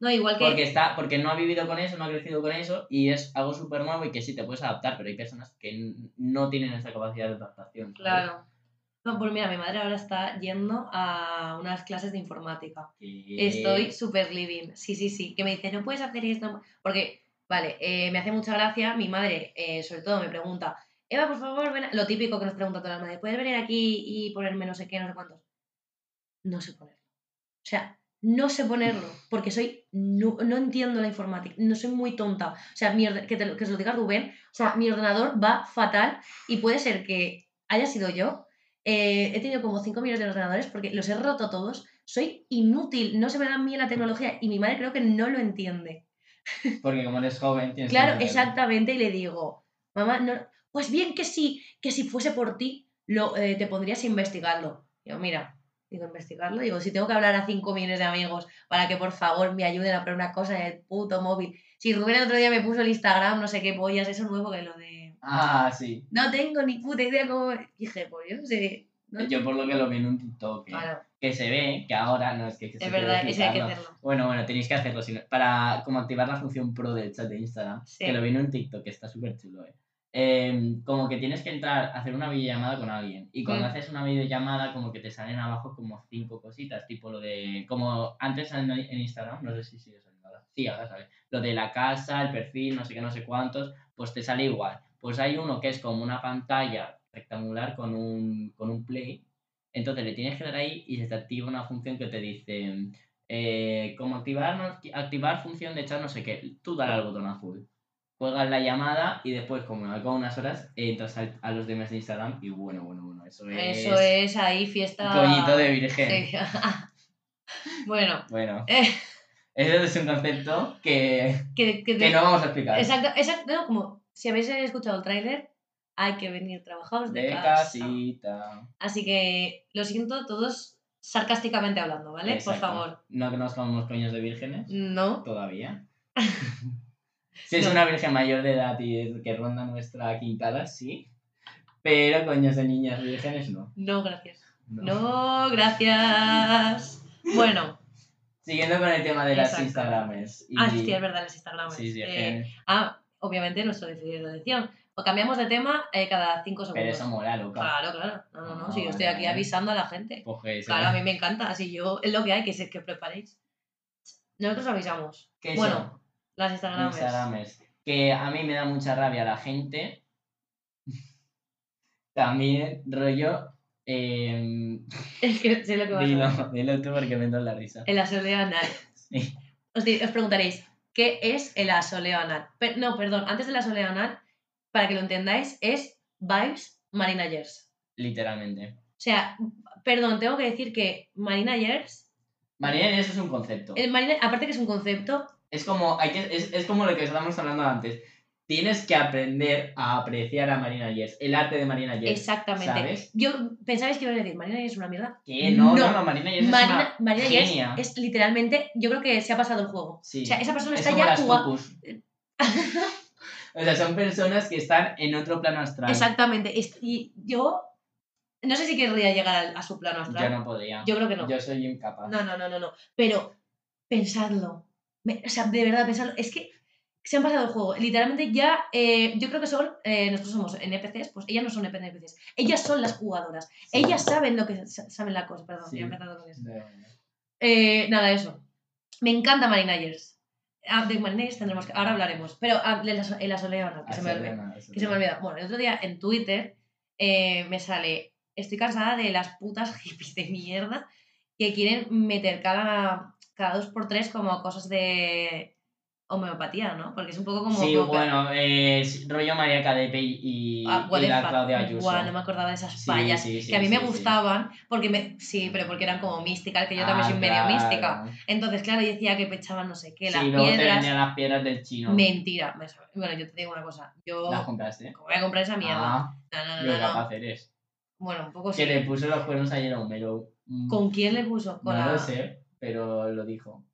A: No, igual que...
B: Porque, está, porque no ha vivido con eso, no ha crecido con eso. Y es algo súper nuevo y que sí te puedes adaptar. Pero hay personas que n- no tienen esa capacidad de adaptación. ¿sabes?
A: Claro. No, pues mira, mi madre ahora está yendo a unas clases de informática.
B: Que-
A: Estoy super living. Sí, sí, sí. Que me dice, no puedes hacer esto. Porque, vale, eh, me hace mucha gracia. Mi madre, eh, sobre todo, me pregunta, Eva, por favor, ven. a-". Lo típico que nos pregunta toda la madre, ¿puedes venir aquí y ponerme no sé qué, no sé cuántos? No sé ponerlo. O sea, no sé ponerlo. Porque soy. No, no entiendo la informática. No soy muy tonta. O sea, mi orde- que, te, lo- que se lo diga Rubén. O sea, mi ordenador va fatal. Y puede ser que haya sido yo eh, he tenido como 5 millones de ordenadores porque los he roto todos. Soy inútil, no se me da bien la tecnología y mi madre creo que no lo entiende.
B: Porque como eres joven tienes que
A: Claro,
B: entenderlo.
A: exactamente, y le digo, mamá, no, pues bien que sí, que si fuese por ti, lo, eh, te pondrías a investigarlo. Digo, mira, digo, investigarlo, digo, si tengo que hablar a 5 millones de amigos para que por favor me ayuden a poner una cosa en el puto móvil. Si Rubén el otro día me puso el Instagram, no sé qué pollas, eso nuevo que lo de...
B: Ah, sí.
A: No tengo ni puta idea cómo... Dije, pues yo no sé... no
B: Yo por lo que lo vi en un TikTok. ¿eh?
A: Claro,
B: que se ve que ahora no es que, que se
A: es
B: quiere
A: verdad, eso hay que
B: explicarlo.
A: hacerlo.
B: Bueno, bueno, tenéis que hacerlo sino- para como activar la función pro del chat de Instagram,
A: Sí.
B: que lo vi en un TikTok que está súper chulo, ¿eh? Em, como que tienes que entrar a hacer una videollamada con alguien y cuando
A: Mm.
B: haces una videollamada como que te salen abajo como cinco cositas, tipo lo de como antes en, en Instagram, no sé si sigue saliendo ahora. Sí, ahora sale. Lo de la casa, el perfil, no sé qué, no sé cuántos, pues te sale igual. Pues hay uno que es como una pantalla rectangular con un con un play entonces le tienes que dar ahí y se te activa una función que te dice, eh, como activar, no- activar función de chat no sé qué, tú dale al botón azul. cuelgas la llamada y después, como al cabo de unas horas, entras al- a, los DMs de Instagram y bueno, bueno, bueno, eso es...
A: Eso es ahí fiesta.
B: Coñito de virgen.
A: Sí. bueno,
B: Bueno,
A: eh,
B: eso es un concepto que,
A: que, que-
B: que no vamos a explicar.
A: Exacto, exacto, no, como si habéis escuchado el tráiler, hay que venir trabajados de,
B: De
A: casa.
B: casita.
A: Así que lo siento todos sarcásticamente hablando, ¿vale? Por
B: Exacto.
A: favor.
B: No que nos comamos coños de vírgenes.
A: No.
B: Todavía. si es
A: No.
B: una virgen mayor de edad y que ronda nuestra quintada, sí. Pero coños de niñas vírgenes no.
A: No, gracias. No, gracias. Bueno,
B: Siguiendo con el tema de las
A: Exacto.
B: Instagramers. y-
A: ah, sí, es verdad, las Instagrams.
B: Sí, sí, es
A: Eh,
B: que-
A: ah, obviamente nuestro decidido de edición. O cambiamos de tema eh, cada cinco
B: Pero
A: segundos.
B: eso mola, loca.
A: Claro, claro. No, no, no.
B: Ah,
A: Si yo estoy
B: vale,
A: aquí
B: vale.
A: avisando a la gente.
B: Coge ese-
A: Claro, a mí me encanta. Así yo, es lo que hay, que es que preparéis. Nosotros avisamos.
B: ¿Qué son
A: bueno, Las Instagrams.
B: Instagramers? Que a mí me da mucha rabia la gente. También, rollo. em,
A: Es que sé lo que va a ser.
B: dilo, dilo tú porque me entra la risa.
A: El asoleo anal.
B: Sí.
A: Os, di- os preguntaréis, ¿qué es el asoleo anal? Pe- no, perdón, antes del asoleo anal, para que lo entendáis, es Vibes Marina Yers.
B: Literalmente.
A: O sea, perdón, tengo que decir que Marina Yers,
B: Marina, eso es un concepto.
A: el Marina, aparte que es un concepto,
B: Es como, hay que, es, es como lo que estábamos hablando antes. Tienes que aprender a apreciar a Marina Yers, el arte de Marina Yers.
A: exactamente.
B: ¿sabes?
A: Yo pensabais que iba a decir, Marina Yers es una mierda.
B: Que no, no,
A: No.
B: no, Marina Yers
A: Marina,
B: es una
A: Marina Yers
B: genia.
A: es literalmente, yo creo que se ha pasado el juego.
B: Sí.
A: O sea, esa persona
B: Es
A: está
B: como
A: ya
B: las
A: jugando.
B: cucus. o sea, son personas que están en otro plano astral.
A: Exactamente. es- Y yo no sé si querría llegar al- a su plano astral.
B: Yo no podría.
A: Yo creo que no.
B: Yo soy incapaz.
A: No, no, no, no, no. Pero pensadlo. Me- o sea, de verdad, pensadlo. Es que se han pasado el juego. Literalmente ya, eh, yo creo que son, eh, nosotros somos NPCs, pues ellas no son NPCs. Ellas son las jugadoras.
B: Sí.
A: Ellas saben lo que sa- saben la cosa. Perdón,
B: Sí.
A: estoy empezando con eso.
B: No.
A: Eh, nada, eso. Me encanta Marina Yers. Ah, de Marina Yers tendremos que... Ahora hablaremos. Pero ah, el aso- el asoleo, no, que se me
B: Hacer
A: olvida
B: nada, eso
A: que se me
B: no.
A: olvida. Bueno, el otro día en Twitter eh, me sale, estoy cansada de las putas hippies de mierda que quieren meter cada, cada dos por tres como cosas de homeopatía, ¿no? Porque es un poco como...
B: Sí,
A: como que-
B: bueno, eh, es rollo María Cadepe y, y-
A: Ah, what
B: y
A: the
B: la
A: fuck.
B: Claudia Ayuso.
A: Buah, no me acordaba de esas
B: Sí,
A: fallas.
B: sí, sí,
A: que a mí me
B: sí, sí.
A: gustaban porque me... Sí, pero porque eran como místicas, que yo también
B: Ah,
A: soy medio
B: claro.
A: mística. Entonces, claro, yo decía que pechaban no sé qué, las
B: sí, luego te
A: piedras...
B: vendían las piedras del chino.
A: Mentira. me sabe- Bueno, yo te digo una cosa. Yo...
B: ¿Las compraste?
A: ¿Cómo voy a comprar esa mierda?
B: Ah,
A: No, no, no,
B: lo
A: no, no.
B: capaz eres.
A: Bueno, un poco sí.
B: Que le puso los cuernos ayer a Homero. Mm,
A: ¿Con quién le puso? Con
B: No
A: la-
B: lo sé, pero lo dijo.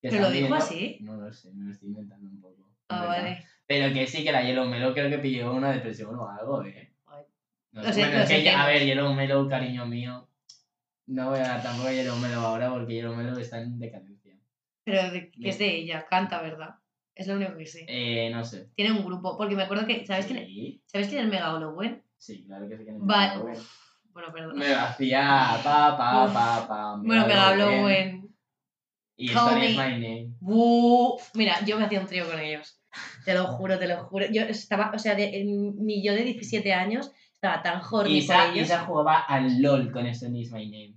B: Que
A: ¿Pero lo
B: están
A: dijo
B: viendo-
A: así?
B: No lo sé, me lo estoy inventando un poco.
A: Ah,
B: ¿verdad?
A: vale.
B: Pero que sí, que la Yellow Melo creo que pilló una depresión o algo, ¿eh?
A: Ay.
B: No
A: Lo
B: sé,
A: sé-
B: bueno,
A: lo
B: es que ya- a
A: sentimos.
B: ver, Yellow Melo, cariño mío. No voy a dar tampoco a Yellow Melo ahora porque Yellow Melo está en decadencia.
A: Pero de- que es
B: Bien.
A: de ella, canta, ¿verdad? Es lo único que sé.
B: Eh, no sé.
A: Tiene un grupo, porque me acuerdo que, Eh, ¿sabes quién,
B: Sí,
A: ¿sabes quién es Mega Holowen?
B: sí, claro que sé quién es
A: Va-
B: Mega Blowen.
A: Bueno, perdón.
B: Me vacía, pa, pa,
A: Uf.
B: pa, pa. me
A: bueno, Mega
B: Blowen.
A: Holowen.
B: Y
A: Call
B: Story is
A: me.
B: my name.
A: Buh. Mira, yo me hacía un trío con ellos. Te lo juro, te lo juro. Yo estaba, o sea, de- en mi yo de 17 años estaba tan horny por
B: Isa,
A: ellos.
B: Isa jugaba al LOL con Story is my name.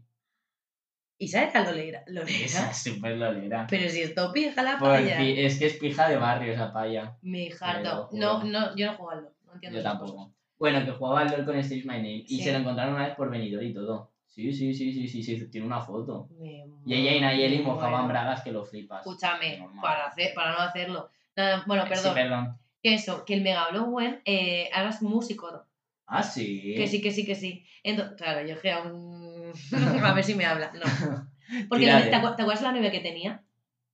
A: Isa era lolera. lolera.
B: Esa es súper lolera.
A: Pero si es topi, la
B: Pues
A: palla.
B: Porque es que es pija de barrio esa paya.
A: Me
B: lo
A: harto.
B: juro.
A: No, no, yo no juego al LOL, No entiendo
B: Yo
A: esas
B: tampoco. Bueno, que jugaba al LOL con Steve My Name y
A: Sí.
B: se lo encontraron una vez por venidor y todo. Sí, sí, sí, sí, sí, sí, tiene una foto.
A: cosas. Me
B: Y ella y Nayeli
A: muero.
B: mojaban bragas que lo flipas.
A: Escúchame,
B: Normal.
A: para, hacer, para no hacerlo. Nada, bueno,
B: Eh,
A: perdón.
B: Sí, perdón.
A: Que eso, que el Mega Blowen eh, ahora es músico.
B: Ah, sí.
A: Que sí, que sí, que sí. Entonces, claro, yo que aún. a ver si me habla. No. Porque
B: Tírale.
A: ¿te, acuer- te acuerdas la novia que tenía?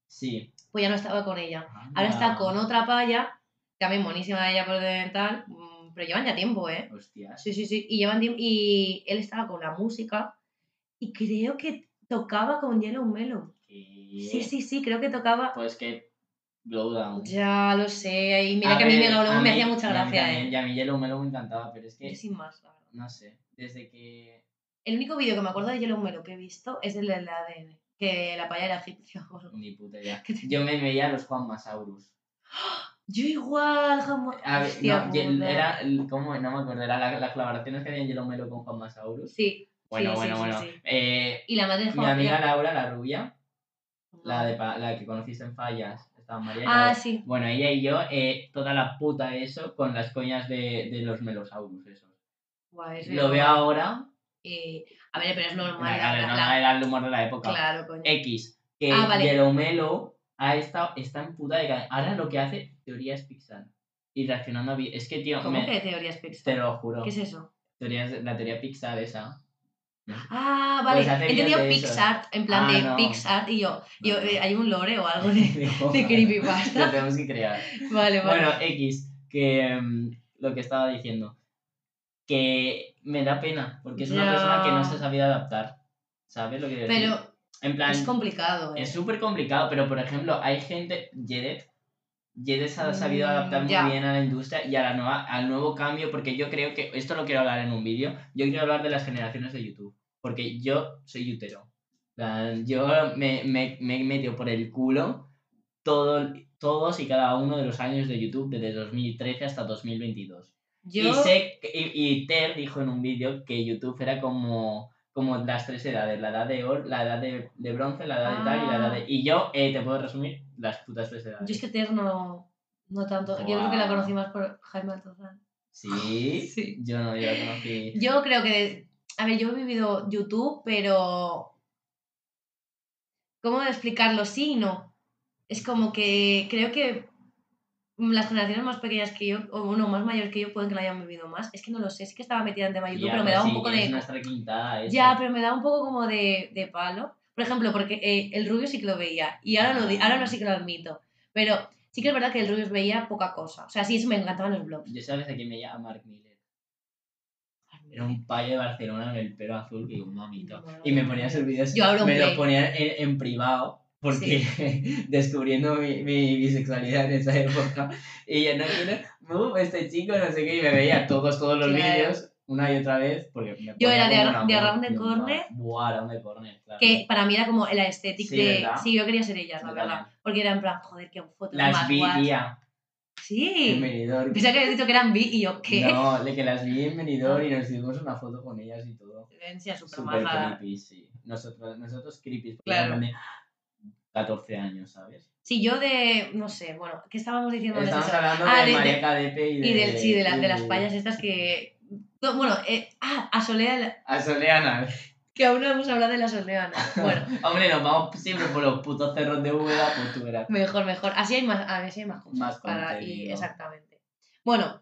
B: Sí.
A: Pues ya no estaba con ella. Ahora
B: Ah.
A: está con otra paya, también monísima ella por dental, mm, pero llevan ya tiempo, ¿eh?
B: Hostias.
A: Sí, sí, sí. Y llevan tiempo. Y él estaba con la música y creo que tocaba con Yellow Mellow.
B: que-
A: Sí, sí, sí, creo que tocaba.
B: Pues que. Glowdown.
A: Ya lo sé, y mira que a mí Mega Blowen me hacía mucha gracia, ¿eh?
B: Y a mí Yellow Melo me encantaba, pero es que.
A: Yo sin más, la verdad.
B: No sé. Desde que.
A: El único vídeo que me acuerdo de Yellow Melo que he visto es el del ADN, que la paya era egipcia. o algo.
B: Ni puta idea.
A: ¿Qué te-
B: Yo me veía a los Juan Masaurus.
A: Yo igual, jamás.
B: A ver,
A: Hostia
B: no, ye-
A: puta.
B: era, ¿cómo? No me acuerdo, era la- las colaboraciones que había en Yellow Melo con Juan Masaurus.
A: Sí,
B: Bueno,
A: sí,
B: bueno,
A: sí,
B: bueno.
A: sí.
B: Eh,
A: y la madre de
B: mi
A: Juan
B: amiga
A: era-
B: Laura, la rubia, la, de,
A: No.
B: pa- la que conociste en Fallas, estaba María. y la
A: Ah,
B: otra.
A: sí.
B: Bueno, ella y yo, eh, toda la puta eso, con las coñas de, de los melosaurus, eso.
A: Guau, eso
B: Lo
A: ya-
B: veo ahora,
A: eh, a ver, pero es normal.
B: era,
A: la- la-
B: era el humor de la época.
A: Claro, coño.
B: X, que
A: Ah, vale.
B: Yellow Melo ha estado, está en puta de ca- Ahora lo que hace, teoría es Pixar. Y reaccionando a... vi- Es que, tío,
A: ¿Cómo
B: me-
A: que teorías Pixar?
B: te lo juro.
A: ¿Qué es eso?
B: teorías- la teoría Pixar esa.
A: Ah,
B: Pues
A: vale.
B: hace
A: He entendido
B: videos de esos.
A: Pixar, en plan
B: Ah,
A: de
B: no.
A: Pixar, y yo, yo
B: No, no.
A: eh, hay un lore o algo de, de
B: Lo
A: creepypasta.
B: tenemos que crear.
A: Vale, vale.
B: Bueno, X, que mm, lo que estaba diciendo, que me da pena, porque es una
A: Ya.
B: persona que no se ha sabido adaptar. ¿Sabes lo que quiero decir?
A: pero
B: En plan,
A: es complicado. ¿eh?
B: es súper complicado, pero por ejemplo, hay gente, Jedet, Jedet se ha sabido
A: Mm,
B: adaptar
A: ya.
B: muy bien a la industria y a la nueva, al nuevo cambio, porque yo creo que, esto lo quiero hablar en un vídeo, yo quiero hablar de las generaciones de YouTube, porque yo soy yutero. En plan, Yo me, me, me he metido por el culo todo, todos y cada uno de los años de YouTube desde 2013 hasta 2022.
A: Yo,
B: Y, sé, que- y, y Ter dijo en un vídeo que YouTube era como, como las tres edades, la edad de oro, la edad de, de bronce, la edad de tal y la edad de...
A: Ah.
B: Y yo eh, te puedo resumir las putas tres edades.
A: yo es que Ter no, no tanto. Yo creo que la
B: Guau.
A: conocí más por Jaime Altozán.
B: ¿Sí?
A: Sí.
B: yo no, yo la conocí...
A: Yo creo que. A ver, yo he vivido YouTube, pero. ¿Cómo explicarlo? Sí y no. Es como que creo que las generaciones más pequeñas que yo, o uno más mayores que yo, pueden que la hayan vivido más. Es que no lo sé, sí que estaba metida en tema YouTube,
B: Ya,
A: pero me
B: pues
A: daba un
B: sí,
A: poco
B: es
A: de.
B: nuestra quinta, eso.
A: Ya, pero me da un poco como de, de palo. Por ejemplo, porque eh, el rubio sí que lo veía. Y ahora, lo, di- ahora no sí que lo admito. Pero sí que es verdad que el rubio veía poca cosa. O sea, sí, sí me encantaban los blogs.
B: Yo sabes a quién me llama Mark Miller. Era un payo de Barcelona con el pelo azul que un mamito.
A: Madre
B: Y me ponía sus vídeos.
A: Yo abro
B: me los
A: Play.
B: ponía en, en privado. Porque descubriendo mi, mi bisexualidad en esa época. Y yo no quiero. "Uh, este chico, no sé qué. Y me veía todos, todos los
A: Claro.
B: vídeos. Una y otra vez. Porque me
A: Yo
B: ponía
A: era de Ar-
B: como una
A: de
B: mo-
A: Around the
B: de un
A: Corner.
B: mar. Buah, Around the Corner, claro.
A: Que para mí era como la estética
B: Sí,
A: de.
B: ¿verdad?
A: Sí, yo quería ser ellas, la
B: Yo
A: verdad.
B: también.
A: Porque era en plan, joder, qué fotos
B: Las
A: más
B: vi,
A: guays.
B: tía.
A: Sí.
B: Bienvenidor.
A: Pensaba que habías dicho que eran bi y yo, ¿qué?
B: No, de que las vi en Benidorm y nos hicimos una foto con ellas y todo.
A: Tendencia súper
B: Super
A: majada.
B: creepy, sí. Nosotros, nosotros creepy, porque
A: Claro.
B: eran de 14 años, ¿sabes?
A: Sí, yo de. No sé, bueno, ¿qué estábamos diciendo antes de
B: Estamos
A: eso?
B: hablando
A: Ah,
B: de,
A: de- de-
B: María Cadepe y Uh, de...
A: Y del, sí, de, la- de las
B: y-
A: payas estas que. no, Bueno, eh, ah, a Solea, la-
B: A Soleana.
A: que aún no hemos hablado de la Soleana. Bueno,
B: Hombre, nos vamos siempre por los putos cerros de Úbeda, pues tú verás.
A: mejor, mejor. Así hay más, así hay más cosas.
B: Más
A: para- y-
B: contenido.
A: exactamente. Bueno,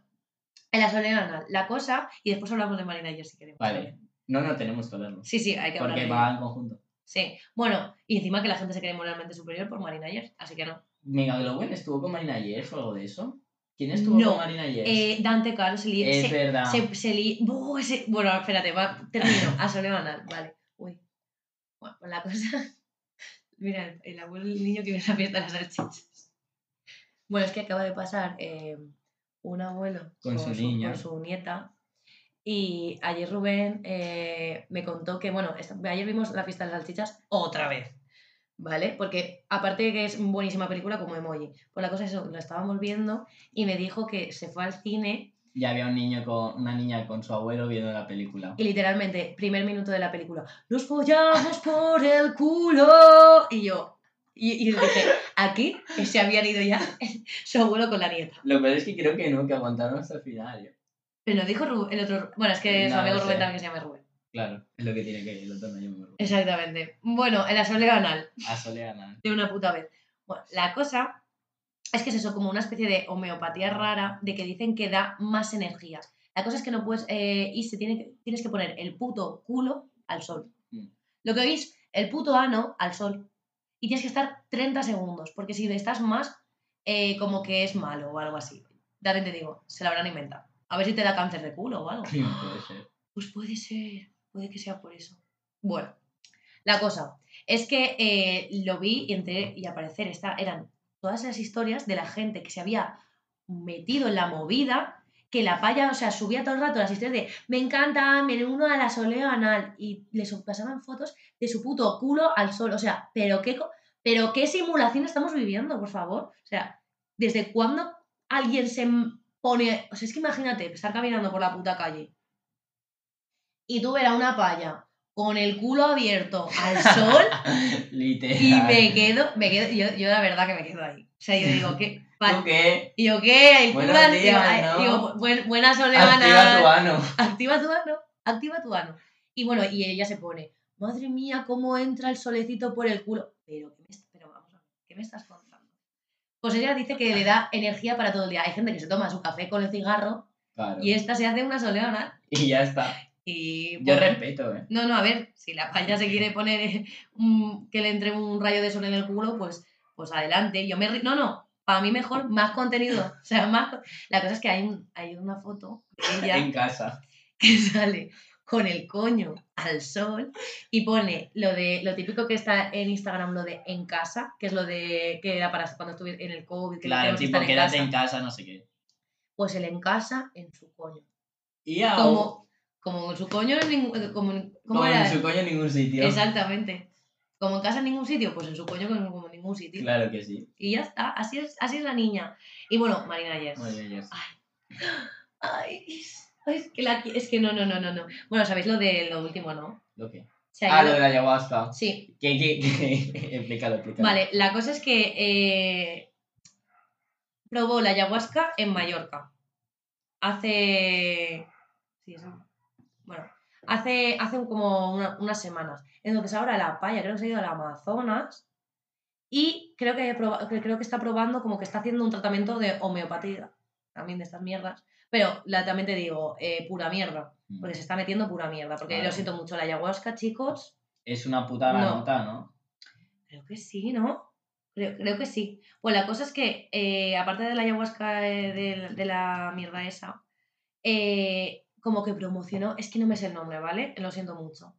A: en la Soleana, la cosa, y después hablamos de Marina y yo si queremos.
B: Vale. No, no tenemos que hablarlo.
A: Sí, sí, hay que hablar.
B: Porque
A: de
B: va
A: ello.
B: en conjunto.
A: Sí, bueno, y encima que la gente se cree moralmente superior por Marina Ayers, así que no.
B: Mega Glowen estuvo con Marina Yers o algo de eso. ¿Quién estuvo
A: No,
B: con Marina Yers?
A: Eh, Dante Carlos se lía.
B: es
A: se-
B: verdad.
A: se, se li- Buh, ese- Bueno, espérate, va, termino. Ah, A Soleil Banal, vale. Uy. Bueno, pues la cosa. Mira, el, el abuelo del niño que viene a la fiesta de las salchichas. Bueno, es que acaba de pasar eh, un abuelo
B: Con su niña.
A: con su nieta. Y ayer Rubén eh, me contó que, bueno, esta- ayer vimos la fiesta de las salchichas otra vez. ¿Vale? Porque aparte de que es buenísima película como emoji, pues la cosa es eso, lo estábamos viendo y me dijo que se fue al cine
B: Ya había un niño con, una niña con su abuelo viendo la película.
A: y literalmente, primer minuto de la película, nos follamos por el culo. Y yo, y, y le dije, aquí se habían ido ya su abuelo con la nieta.
B: Lo peor es que creo que no, que aguantaron hasta el final. ¿eh?
A: Pero lo dijo Ru- el otro, bueno, es que su
B: No,
A: amigo
B: no
A: Rubén
B: sé.
A: también que se llama Rubén.
B: Claro, es lo que tiene que ir, el otro no yo me vuelvo.
A: Exactamente. Bueno, el asamblea anal,
B: A Soleana.
A: de una puta vez. Bueno, la cosa es que es eso, como una especie de homeopatía rara de que dicen que da más energía. La cosa es que no puedes, eh, y se tiene que- tienes que poner el puto culo al sol.
B: Mm.
A: Lo que oís, el puto ano al sol. Y tienes que estar 30 segundos, porque si estás más, eh, como que es malo o algo así. También te digo, se lo habrán inventado. A ver si te da cáncer de culo o algo.
B: No puede ser.
A: Pues puede ser, puede que sea por eso. Bueno, la cosa es que eh, lo vi y entré y al parecer esta, eran todas las historias de la gente que se había metido en la movida, que la paya, o sea, subía todo el rato las historias de me encanta, me uno a la solea anal y le sub- pasaban fotos de su puto culo al sol. O sea, pero qué, co- pero qué simulación estamos viviendo, por favor. O sea, ¿desde cuándo alguien se m- pone... O sea, es que imagínate estar caminando por la puta calle y tú ver a una paya con el culo abierto al sol y
B: Literal.
A: me quedo, me quedo, yo, yo la verdad que me quedo ahí. O sea, yo digo, ¿qué?
B: ¿Tú
A: pa-
B: qué?
A: Y yo, ¿qué? El culo
B: Buenos
A: al- digo,
B: días,
A: ay,
B: ¿no?
A: digo, buen- buenas
B: Activa tu
A: oleanas.
B: ano.
A: Activa tu ano, activa tu ano. Y bueno, y ella se pone, madre mía, cómo entra el solecito por el culo. Pero, ¿qué me, est- pero vamos a ver, ¿qué me estás contando? Pues ella dice que le da energía para todo el día. Hay gente que se toma su café con el cigarro
B: Claro.
A: y esta se hace una soleona.
B: Y ya está.
A: Y
B: Yo
A: bueno,
B: respeto, ¿eh?
A: no, no, a ver, si la paña se quiere poner eh, un- que le entre un rayo de sol en el culo, pues, pues adelante. Yo me ri- No, no, para mí mejor, más contenido. O sea, más. co- La cosa es que hay, un- hay una foto de ella
B: En casa.
A: que sale con el coño al sol y pone lo de lo típico que está en Instagram, lo de en casa, que es lo de que era para cuando estuve en el COVID, que
B: Claro,
A: no queremos
B: tipo,
A: estar en
B: quédate
A: casa.
B: en casa, no sé qué.
A: Pues el en casa en su coño.
B: Y a
A: Como, como en su coño en ningún- como, en- ¿cómo
B: como
A: era?
B: en su coño en ningún sitio.
A: Exactamente. Como en casa en ningún sitio, pues en su coño como como en ningún sitio.
B: Claro que sí.
A: Y ya está, así es, así es la niña. Y bueno, Marina Yers.
B: Muy bien, ya
A: Ah,
B: está.
A: Ay, es- ay, es que la qui- es que no, no, no, no, no. Bueno, sabéis lo de lo último, ¿no? O
B: ¿Lo qué?
A: sea,
B: Ah,
A: yo-
B: lo de la ayahuasca.
A: Sí,
B: ¿Qué, qué, qué? explícalo, explícalo.
A: Vale, la cosa es que eh, probó la ayahuasca en Mallorca. Hace. Sí, eso. Bueno, hace, hace como una- unas semanas. Entonces ahora la paya creo que se ha ido al Amazonas y creo que, proba- que- creo que está probando como que está haciendo un tratamiento de homeopatía, también de estas mierdas. Pero la, también te digo, eh, pura mierda,
B: Mm.
A: porque se está metiendo pura mierda, porque
B: Claro.
A: lo siento mucho, la ayahuasca, chicos,
B: Es una puta la
A: No.
B: nota, ¿no?
A: Creo que sí, ¿no? Creo, creo que sí. Pues la cosa es que, eh, aparte de la ayahuasca eh, de, de la mierda esa, eh, como que promocionó, es que no me sé el nombre, ¿vale? Lo siento mucho.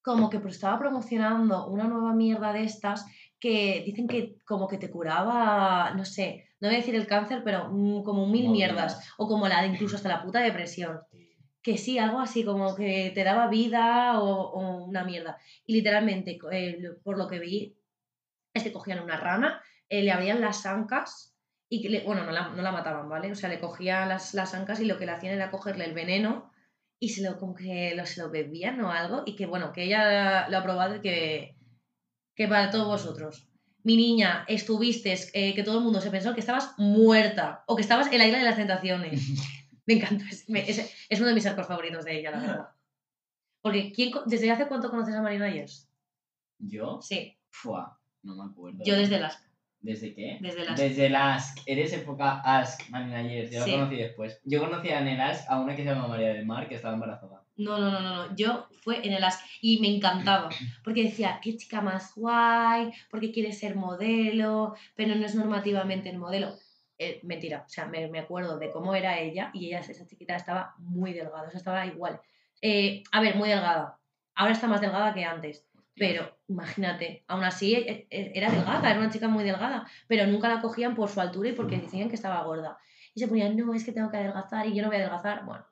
A: Como que pro- estaba promocionando una nueva mierda de estas que dicen que como que te curaba, no sé, no voy a decir el cáncer, pero mm, como mil
B: Movidas.
A: mierdas. O como la de incluso hasta la puta depresión.
B: Eh,
A: Que sí, algo así, como que te daba vida o, o una mierda. Y literalmente, co- eh, lo- por lo que vi, es que cogían una rana, eh, le abrían las ancas y, que le- bueno, no la, no la mataban, ¿vale? O sea, le cogían las, las ancas y lo que le hacían era cogerle el veneno y se lo, como que lo, se lo bebían o algo. Y que, bueno, que ella lo ha probado y que, que para todos vosotros. Mi niña, estuviste, eh, que todo el mundo se pensó que estabas muerta o que estabas en la isla de las tentaciones. Me encantó. Es, me- es- es uno de mis arcos favoritos de ella, la verdad. Porque ¿quién, co- ¿desde hace cuánto conoces a Marina Yers?
B: ¿Yo?
A: Sí,
B: Fua, no me acuerdo.
A: yo desde las...
B: ¿Desde qué?
A: Desde las...
B: Desde el Ask. Eres época Ask, Marina Ayers. Yo
A: Sí.
B: la conocí después. Yo conocía en el Ask a una que se llama María del Mar, que estaba embarazada.
A: No, no, no, no, no. Yo fue en el AS y me encantaba. Porque decía, qué chica más guay, porque quiere ser modelo, pero no es normativamente el modelo. Eh, mentira, o sea, me, me acuerdo de cómo era ella y ella, esa chiquita, estaba muy delgada, o sea, estaba igual. Eh, a ver, muy delgada. Ahora está más delgada que antes. Pero imagínate, aún así e- e- era delgada, era una chica muy delgada, pero nunca la cogían por su altura y porque decían que estaba gorda. Y se ponían, no, es que tengo que adelgazar y yo no voy a adelgazar. Bueno,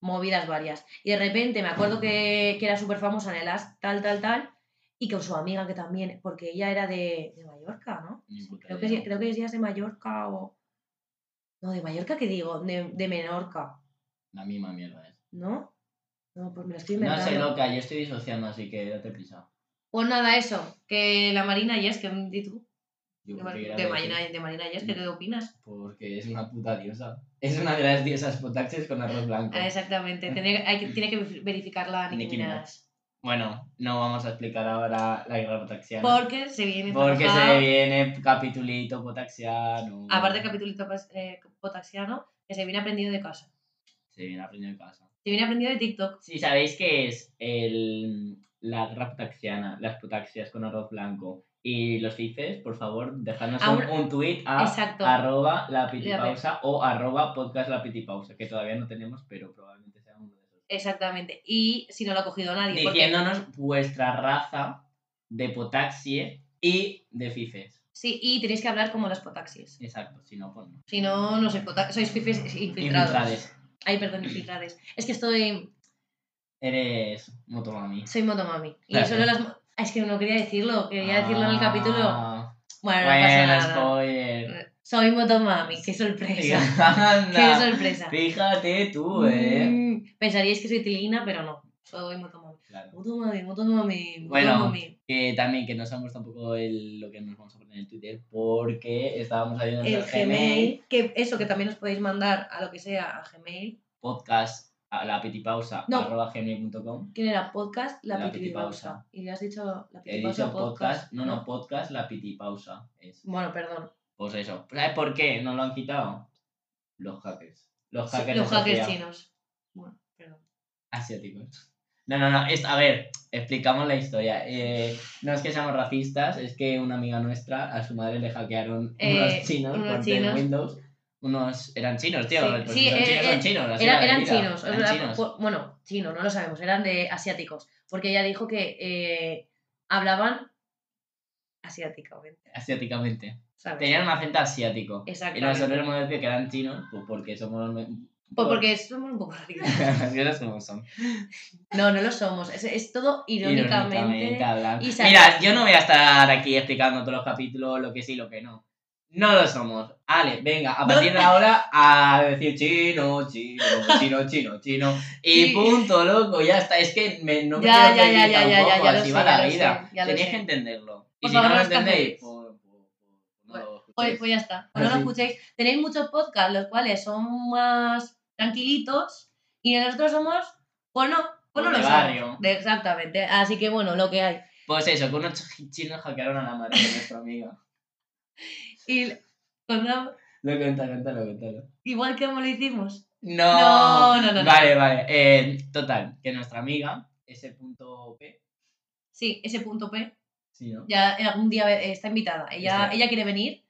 A: movidas varias. Y de repente me acuerdo que, que era súper famosa en el as, tal, tal, tal, y con su amiga que también, porque ella era de, de Mallorca, ¿no?
B: Ni puta
A: Creo que,
B: idea.
A: sí- creo que ella es de Mallorca o... No, de Mallorca, ¿qué digo? De, de Menorca,
B: La misma mierda es.
A: ¿no? No, pues me lo estoy
B: No
A: inventando.
B: sé, loca, yo estoy disociando, así que date prisa.
A: Pues nada, eso, que la Marina Yes, que di tú.
B: Yo
A: De,
B: creo que
A: Mar-
B: era
A: de
B: de-
A: Marina, de Marina Ayers,
B: Mm.
A: ¿qué te opinas?
B: Porque es una puta diosa. Es una de las diosas potaxes con arroz blanco.
A: Ah, exactamente,
B: Mm.
A: tiene, hay que, tiene que verificar la Nicki
B: Nicki
A: Minaj.
B: Bueno, no vamos a explicar ahora la guerra potaxiana.
A: Porque se viene
B: Porque
A: trabajado.
B: se viene capitulito potaxiano.
A: aparte del capítulo potaxiano, que se viene aprendido de casa.
B: Se viene aprendido de casa.
A: Se viene aprendido de TikTok.
B: Si sabéis que es el, la guerra potaxiana, las potaxias con arroz blanco y los fifes, por favor, dejadnos un,
A: Aún-
B: un tuit a
A: Exacto.
B: arroba la
A: Ya ves.
B: pitipausa o arroba podcast la pitipausa, que todavía no tenemos, pero probablemente sea uno de esos.
A: Exactamente. Y si no lo ha cogido nadie. porque-
B: Diciéndonos vuestra raza de potaxie y de fifes.
A: sí, y tenéis que hablar como los potaxis.
B: Exacto, si no, pues no.
A: Si no, no sois potaxis, sois fifes infiltrados.
B: Infiltrades.
A: Ay, perdón, infiltrades. Es que estoy,
B: Eres motomami.
A: soy motomami. Y
B: Claro.
A: solo las... mo- Ah, Es que no quería decirlo, quería decirlo en el capítulo. Bueno,
B: Ah,
A: no pasa
B: Bueno,
A: nada.
B: spoiler.
A: Soy motomami, qué sorpresa.
B: Anda.
A: qué sorpresa.
B: Fíjate tú, eh.
A: Mm, pensaríais que soy tilina, pero no. Soy motomami.
B: Claro.
A: Motomami, motomami,
B: Bueno.
A: motomami.
B: Que también que nos han puesto un poco el- lo que nos vamos a poner en Twitter porque estábamos ahí
A: El
B: en el Gmail,
A: Gmail, que eso que también os podéis mandar a lo que sea, a Gmail,
B: podcast a la petipausa
A: No.
B: arroba gmail.com.
A: que era podcast, la,
B: La
A: pitipausa. Y le has dicho la
B: He
A: pitipausa
B: dicho podcast, no, no, podcast, la pitipausa. Es.
A: Bueno, perdón.
B: Pues eso. ¿Sabes por qué no lo han quitado? Los hackers. Los
A: Sí,
B: hackers,
A: los hackers
B: asia-
A: chinos. Bueno, perdón.
B: asiáticos. No, no, no. Es, a ver, explicamos la historia. Eh, no es que seamos racistas, es que una amiga nuestra, a su madre le hackearon
A: Eh,
B: unos chinos
A: unos
B: por
A: chinos.
B: tener Windows. Unos eran chinos, tío.
A: Sí,
B: pues
A: sí,
B: si son
A: eh,
B: chinos,
A: eh,
B: son chinos. así
A: Era-
B: la
A: eran
B: vida.
A: chinos, pues
B: Eran
A: es verdad,
B: chinos.
A: por- bueno, chinos, no lo sabemos, eran de asiáticos, porque ella dijo que eh, hablaban asiáticamente,
B: Asiáticamente.
A: ¿sabes?
B: Tenían un acento asiático. Y
A: Exactamente.
B: nosotros hemos decir que eran chinos, pues porque somos.
A: Pues porque somos un poco raros.
B: Las cosas como son.
A: No, no lo somos, es, es todo irónicamente.
B: Irónicamente hablando.
A: y saca-
B: Mira, yo no voy a estar aquí explicando todos los capítulos, lo que sí, lo que no. No lo somos. Ale, venga, a
A: No.
B: partir de ahora a decir chino, chino, chino, chino, chino. Y
A: Sí.
B: punto, loco, ya está. Es que me- no me
A: Ya, ya,
B: quiero
A: ya,
B: pedir
A: ya, ya,
B: tampoco,
A: ya, ya lo
B: así
A: sé,
B: va
A: ya
B: la
A: lo sé,
B: vida.
A: ya lo
B: Tenéis
A: sé.
B: que entenderlo.
A: Por
B: y si
A: favor, no
B: no lo
A: los
B: entendéis,
A: canceléis.
B: pues, pues, pues, no lo
A: Pues,
B: escuchéis.
A: pues ya está, o no lo
B: Así.
A: escuchéis. Tenéis muchos podcasts, los cuales son más tranquilitos, y nosotros somos, pues no, pues no
B: De
A: lo
B: barrio.
A: sabemos. De- exactamente, así que bueno, lo que hay.
B: Pues eso, que unos ch- chinos hackearon a la madre de nuestra amiga.
A: Y cuando-
B: Lo cuenta, cuéntalo, cuéntalo.
A: igual que como lo hicimos.
B: No,
A: No, no, no, no.
B: Vale, vale. Eh, total, que nuestra amiga, ese punto P,
A: Sí, ese punto P.
B: sí, ¿no?
A: Ya en algún día eh, está invitada. Ella,
B: Está.
A: ella quiere venir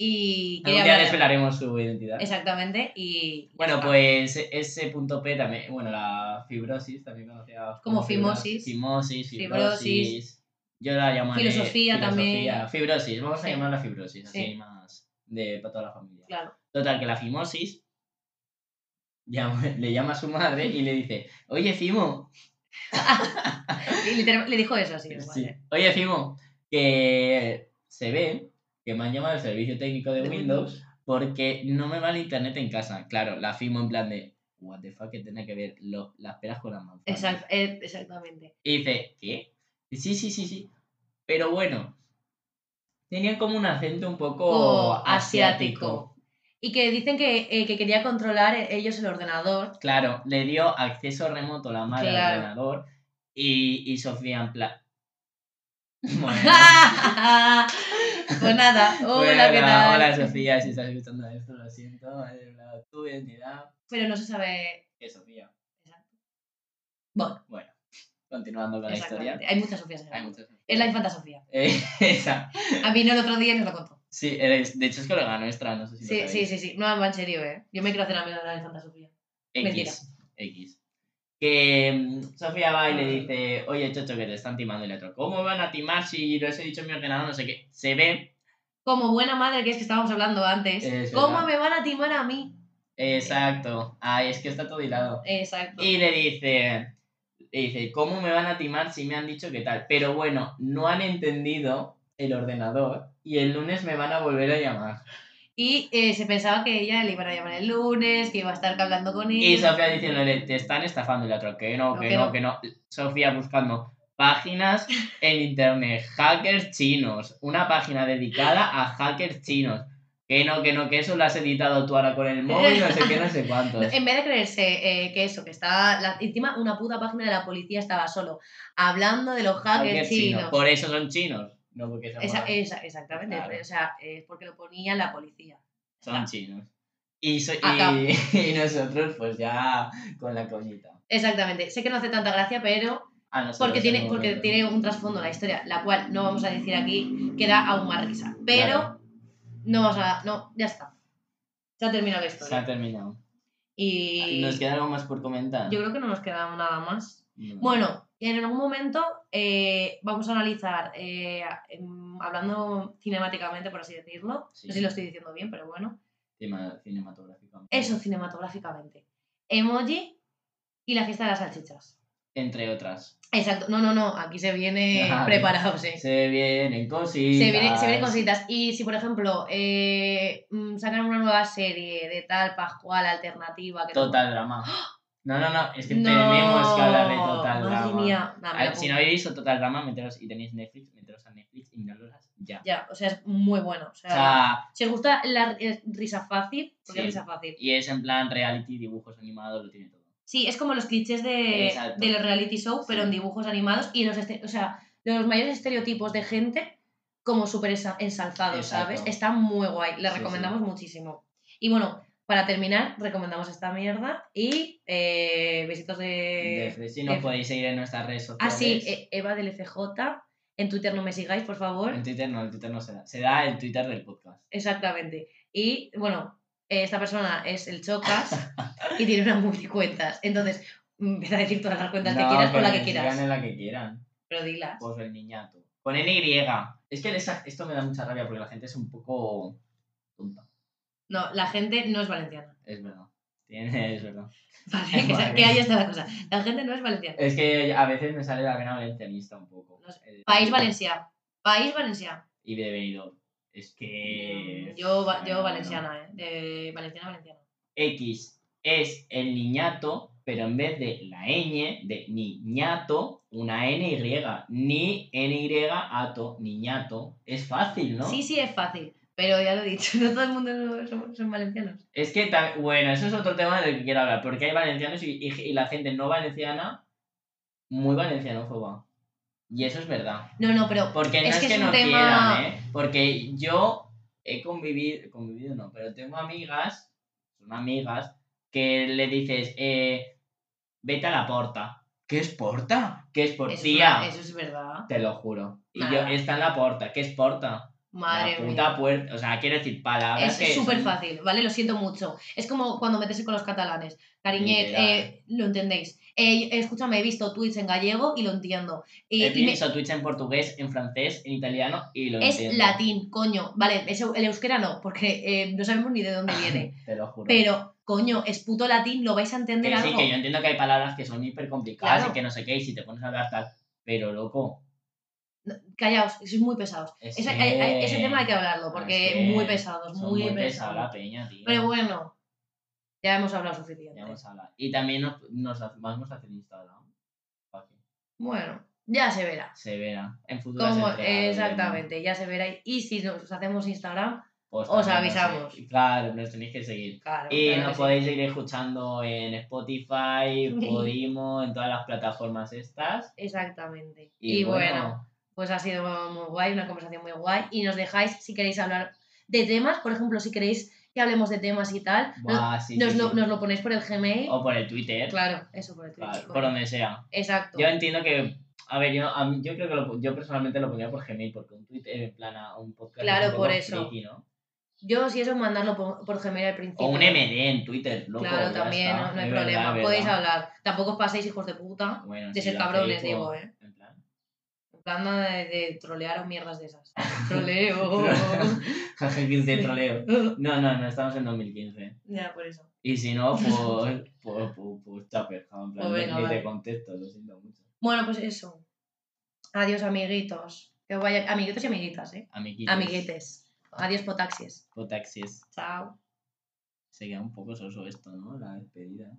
A: y
B: Este. Algún
A: quería
B: día
A: hablar.
B: desvelaremos su identidad.
A: Exactamente. Y
B: Bueno,
A: ya
B: pues ese punto P también, bueno, la fibrosis también conocida
A: Como
B: fibrosis,
A: fimosis.
B: Fimosis,
A: Fibrosis.
B: fibrosis. Yo la llamaré
A: Filosofía también.
B: Fibrosis, vamos a
A: Sí.
B: llamarla fibrosis, así
A: Sí.
B: más de para toda la familia.
A: está, claro.
B: Total, que la fimosis llama- le llama a su madre y le dice, oye, Fimo,
A: Y literal- le dijo eso así. igual,
B: Sí.
A: ¿eh?
B: Oye, Fimo, que se ve que me han llamado el servicio técnico de,
A: De
B: Windows, porque no me va el internet en casa. Claro, la Fimo en plan de, what the fuck, que tiene que ver lo- las peras con las manzanas.
A: Exact- eh, exactamente.
B: Y dice, ¿qué? Y Sí, sí, sí, sí. Pero bueno, tenían como un acento un poco
A: O
B: Oh, asiático.
A: asiático. Y que dicen que, eh, que quería controlar eh, ellos el ordenador.
B: Claro, le dio acceso remoto la madre
A: Claro.
B: al ordenador y, y Sofía en plan... Bueno.
A: pues nada. Hola, ¿qué tal?
B: Hola, Sofía, si estás escuchando esto, lo siento. he revelado tu identidad.
A: Pero no se sabe.
B: Que Sofía.
A: Bueno,
B: Bueno, continuando con la historia.
A: exactamente. Hay muchas Sofías. en el
B: Hay
A: mundo.
B: muchas.
A: Es la infanta Sofía.
B: Eh, esa.
A: A mí no el otro día nos lo contó.
B: Sí, eres- de hecho es colega nuestra, no sé si
A: Sí,
B: lo
A: sí,
B: sabéis.
A: sí, sí. No, va en serio, ¿eh? Yo me quiero hacer amiga de la Infanta Sofía.
B: X.
A: Mentira.
B: X. Que mm, Sofía va y le dice, oye, Chocho, que te están timando. Y le otro, ¿cómo van a timar si les he dicho en mi ordenador? No sé qué. Se ve.
A: Como buena madre que es que estábamos hablando antes.
B: Es
A: ¿Cómo
B: verdad.
A: me van a timar a mí?
B: Exacto. Ay, es que está todo hilado.
A: Exacto.
B: Y le dice, le dice, ¿cómo me van a timar si me han dicho que tal? Pero bueno, no han entendido el ordenador y el lunes me van a volver a llamar.
A: Y eh, se pensaba que ella le iban a llamar el lunes, que iba a estar hablando con
B: Y
A: ella.
B: Sofía diciéndole, te están estafando y la otra, que no,
A: No,
B: que
A: que
B: no,
A: no.
B: que no. Sofía buscando páginas en internet, hackers chinos, una página dedicada a hackers chinos. Que no, que no, que eso lo has editado tú ahora con el móvil, no sé qué, no sé cuántos.
A: En vez de creerse eh, que eso, que está la- encima una puta página de la policía estaba solo hablando de los hackers
B: Hackers
A: chinos.
B: Por eso son chinos, no porque sean
A: Esa-
B: malos.
A: esa- exactamente,
B: Claro.
A: o sea, es porque lo ponía la policía.
B: Son chinos. Y, so- y-
A: Acá.
B: y nosotros, pues ya con la coñita.
A: Exactamente, sé que no hace tanta gracia, pero
B: A nosotros
A: Porque
B: en
A: tiene,
B: el
A: porque
B: momento.
A: tiene un trasfondo la historia, la cual no vamos a decir aquí, que da aún más risa. Pero
B: Claro.
A: no vamos a. No, ya está. Se ha terminado la
B: Se
A: historia.
B: ha terminado. Ah,
A: Y
B: ¿Nos queda algo más por comentar?
A: yo creo que no nos queda nada más.
B: No.
A: Bueno, en algún momento eh, vamos a analizar, eh, em, hablando cinemáticamente, por así decirlo.
B: Sí.
A: No sé si lo estoy diciendo bien, pero bueno.
B: Cima- cinematográfico.
A: Eso cinematográficamente. Emoji y la fiesta de las salchichas.
B: Entre otras.
A: Exacto. No, no, no. Aquí se viene
B: Ah,
A: preparado, sí.
B: Se vienen cositas.
A: Se vienen, se vienen cositas. Y si, por ejemplo, eh, mm, sacan una nueva serie de tal, pascual, alternativa. Que no-
B: Total drama. No, no, no. Es que
A: ¡Ah! No,
B: tenemos que hablar de total
A: nada, me
B: A-
A: lo
B: si
A: apunto.
B: no habéis visto Total Drama, meteros y tenéis Netflix, meteros a Netflix y miradlas ya.
A: Ya, o sea, es muy bueno. O
B: O
A: sea,
B: sea,
A: si os gusta la eh, risa fácil, porque es
B: Sí.
A: risa fácil.
B: y es en plan reality, dibujos animados, lo tiene todo.
A: Sí, es como los clichés de,
B: Exacto.
A: de los reality shows, pero
B: Sí.
A: en dibujos animados y en los, este- o sea, los mayores estereotipos de gente como súper esa- ensalzados,
B: Exacto.
A: ¿sabes? Está muy guay, le
B: Sí, sí.
A: recomendamos muchísimo. Y bueno, para terminar, recomendamos esta mierda y eh, besitos de...
B: Netflix, si nos
A: eh,
B: podéis seguir en nuestras redes
A: ah,
B: sociales.
A: sí, e- Eva del FJ. En Twitter no me sigáis, por favor.
B: En Twitter no, en Twitter no se da. Se da el Twitter del podcast.
A: Exactamente. Y bueno, eh, esta persona es el Chocas y tiene unas multicuentas. Entonces, mm, empieza a decir todas las cuentas que
B: No,
A: quieras con la
B: me
A: que quieras.
B: sigan en la que quieran.
A: Pero dilas.
B: Pues el niñato. Con NY. Es que esa- esto me da mucha rabia porque la gente es un poco tonta.
A: No, la gente no es valenciana.
B: Es verdad. Tiene- es verdad.
A: Vale, que,
B: Vale.
A: que ahí está la cosa. La gente no es valenciana.
B: Es que a veces me sale la vena valencianista un poco.
A: No
B: El-
A: País Valencia. País Valencia.
B: Y de Benidorm. Es que.
A: Yo, va- yo
B: Bueno,
A: valenciana, ¿eh? De valenciana, valenciana.
B: X es el niñato, pero en vez de la ñ, de niñato, una ny. Ni ny ato, niñato. Es fácil, ¿no?
A: Sí, sí, es fácil. Pero ya lo he dicho, no todo el mundo son, son valencianos.
B: Es que, ta- bueno, eso es otro tema del que quiero hablar, porque hay valencianos y, y- y la gente no valenciana muy valencianófoba. Y eso es verdad.
A: No, no, pero
B: Porque no
A: Es
B: es,
A: que
B: que,
A: es un
B: no
A: tema-
B: quieran, ¿eh? Porque yo he convivido, convivido no, pero tengo amigas, son amigas, que le dices, eh, vete a la porta. ¿Qué es porta? ¿Qué es
A: eso,
B: portía?
A: eso es verdad.
B: Te lo juro. Y yo,
A: Nada.
B: está en la porta. ¿Qué es porta?
A: Madre
B: la
A: mía.
B: puta puerta. O sea, quiero decir palabras que
A: Es súper
B: son-
A: fácil, ¿vale? Lo siento mucho. Es como cuando meterse con los catalanes. Cariñet,
B: Literal.
A: eh, lo entendéis. Eh, escúchame, he visto tweets en gallego y lo entiendo. Y-
B: He
A: y me-
B: visto Twitch en portugués, en francés, en italiano y lo
A: es
B: entiendo.
A: latín, coño. Vale, es eu- el euskera no, porque eh, no sabemos ni de dónde viene.
B: Te lo juro.
A: Pero, coño, es puto latín, lo vais a entender
B: que sí,
A: algo.
B: que yo entiendo que hay palabras que son hiper complicadas
A: Claro.
B: y que no sé qué, y si te pones a hablar tal. Pero loco.
A: Callaos, que sois muy pesados.
B: es
A: Ese,
B: que-
A: hay- hay- ese tema hay que hablarlo,
B: no,
A: porque
B: es que
A: muy pesados,
B: son
A: muy,
B: pesada
A: pesados.
B: la peña, tío.
A: Pero bueno, ya hemos hablado
B: Ya
A: suficiente.
B: hemos hablado. Y también nos, nos hace- vamos a hacer Instagram. Pa' que
A: Bueno, ya se verá.
B: Se verá. En futuro.
A: Como, exactamente, ya se verá. Y si nos hacemos Instagram,
B: Pues
A: Os avisamos.
B: Claro, nos tenéis que seguir.
A: claro.
B: Y
A: claro
B: nos
A: que sí.
B: podéis ir escuchando en Spotify, Podimo, en todas las plataformas estas.
A: Exactamente.
B: Y, bueno,
A: pues ha sido muy guay, una conversación muy guay. Y nos dejáis si queréis hablar de temas, por ejemplo, si queréis que hablemos de temas y tal, no-
B: buah, sí,
A: nos,
B: sí,
A: lo,
B: sí.
A: nos lo ponéis por el Gmail.
B: o por el Twitter,
A: Claro, eso por el Twitch.
B: claro, por
A: bueno.
B: donde sea.
A: Exacto.
B: Yo entiendo que, a ver, yo, a mí- yo creo que lo- yo personalmente lo ponía por Gmail, porque un Twitter, en plan, a un podcast
A: Claro,
B: es un poco
A: por eso.
B: friki, ¿no?
A: Yo, si eso, mandarlo por, por Gmail al principio.
B: O un MD en Twitter, loco,
A: Claro,
B: ya
A: también,
B: está,
A: no, no hay
B: es verdad,
A: problema.
B: es
A: Podéis
B: verdad.
A: hablar. Tampoco os paséis, hijos de puta,
B: Bueno,
A: de
B: si
A: ser
B: lo
A: cabrones,
B: hacéis,
A: digo,
B: pues,
A: ¿eh?
B: en plan,
A: En plan nada de, de trolear o mierdas de esas. Troleo.
B: jaja, que te troleo. No, no, no, estamos en 2015.
A: ya, por eso.
B: Y si no, pues, pues, pues, pues chapeja, en plan,
A: Pues venga,
B: ni
A: vale.
B: te contesto, lo siento mucho.
A: Bueno, pues eso. Adiós, amiguitos. Que vaya... Amiguitos y amiguitas, ¿eh?
B: Amiguitos.
A: Amiguetes. Adiós, potaxies.
B: Cotaxis.
A: Chao.
B: Se queda un poco soso esto, ¿no? La despedida.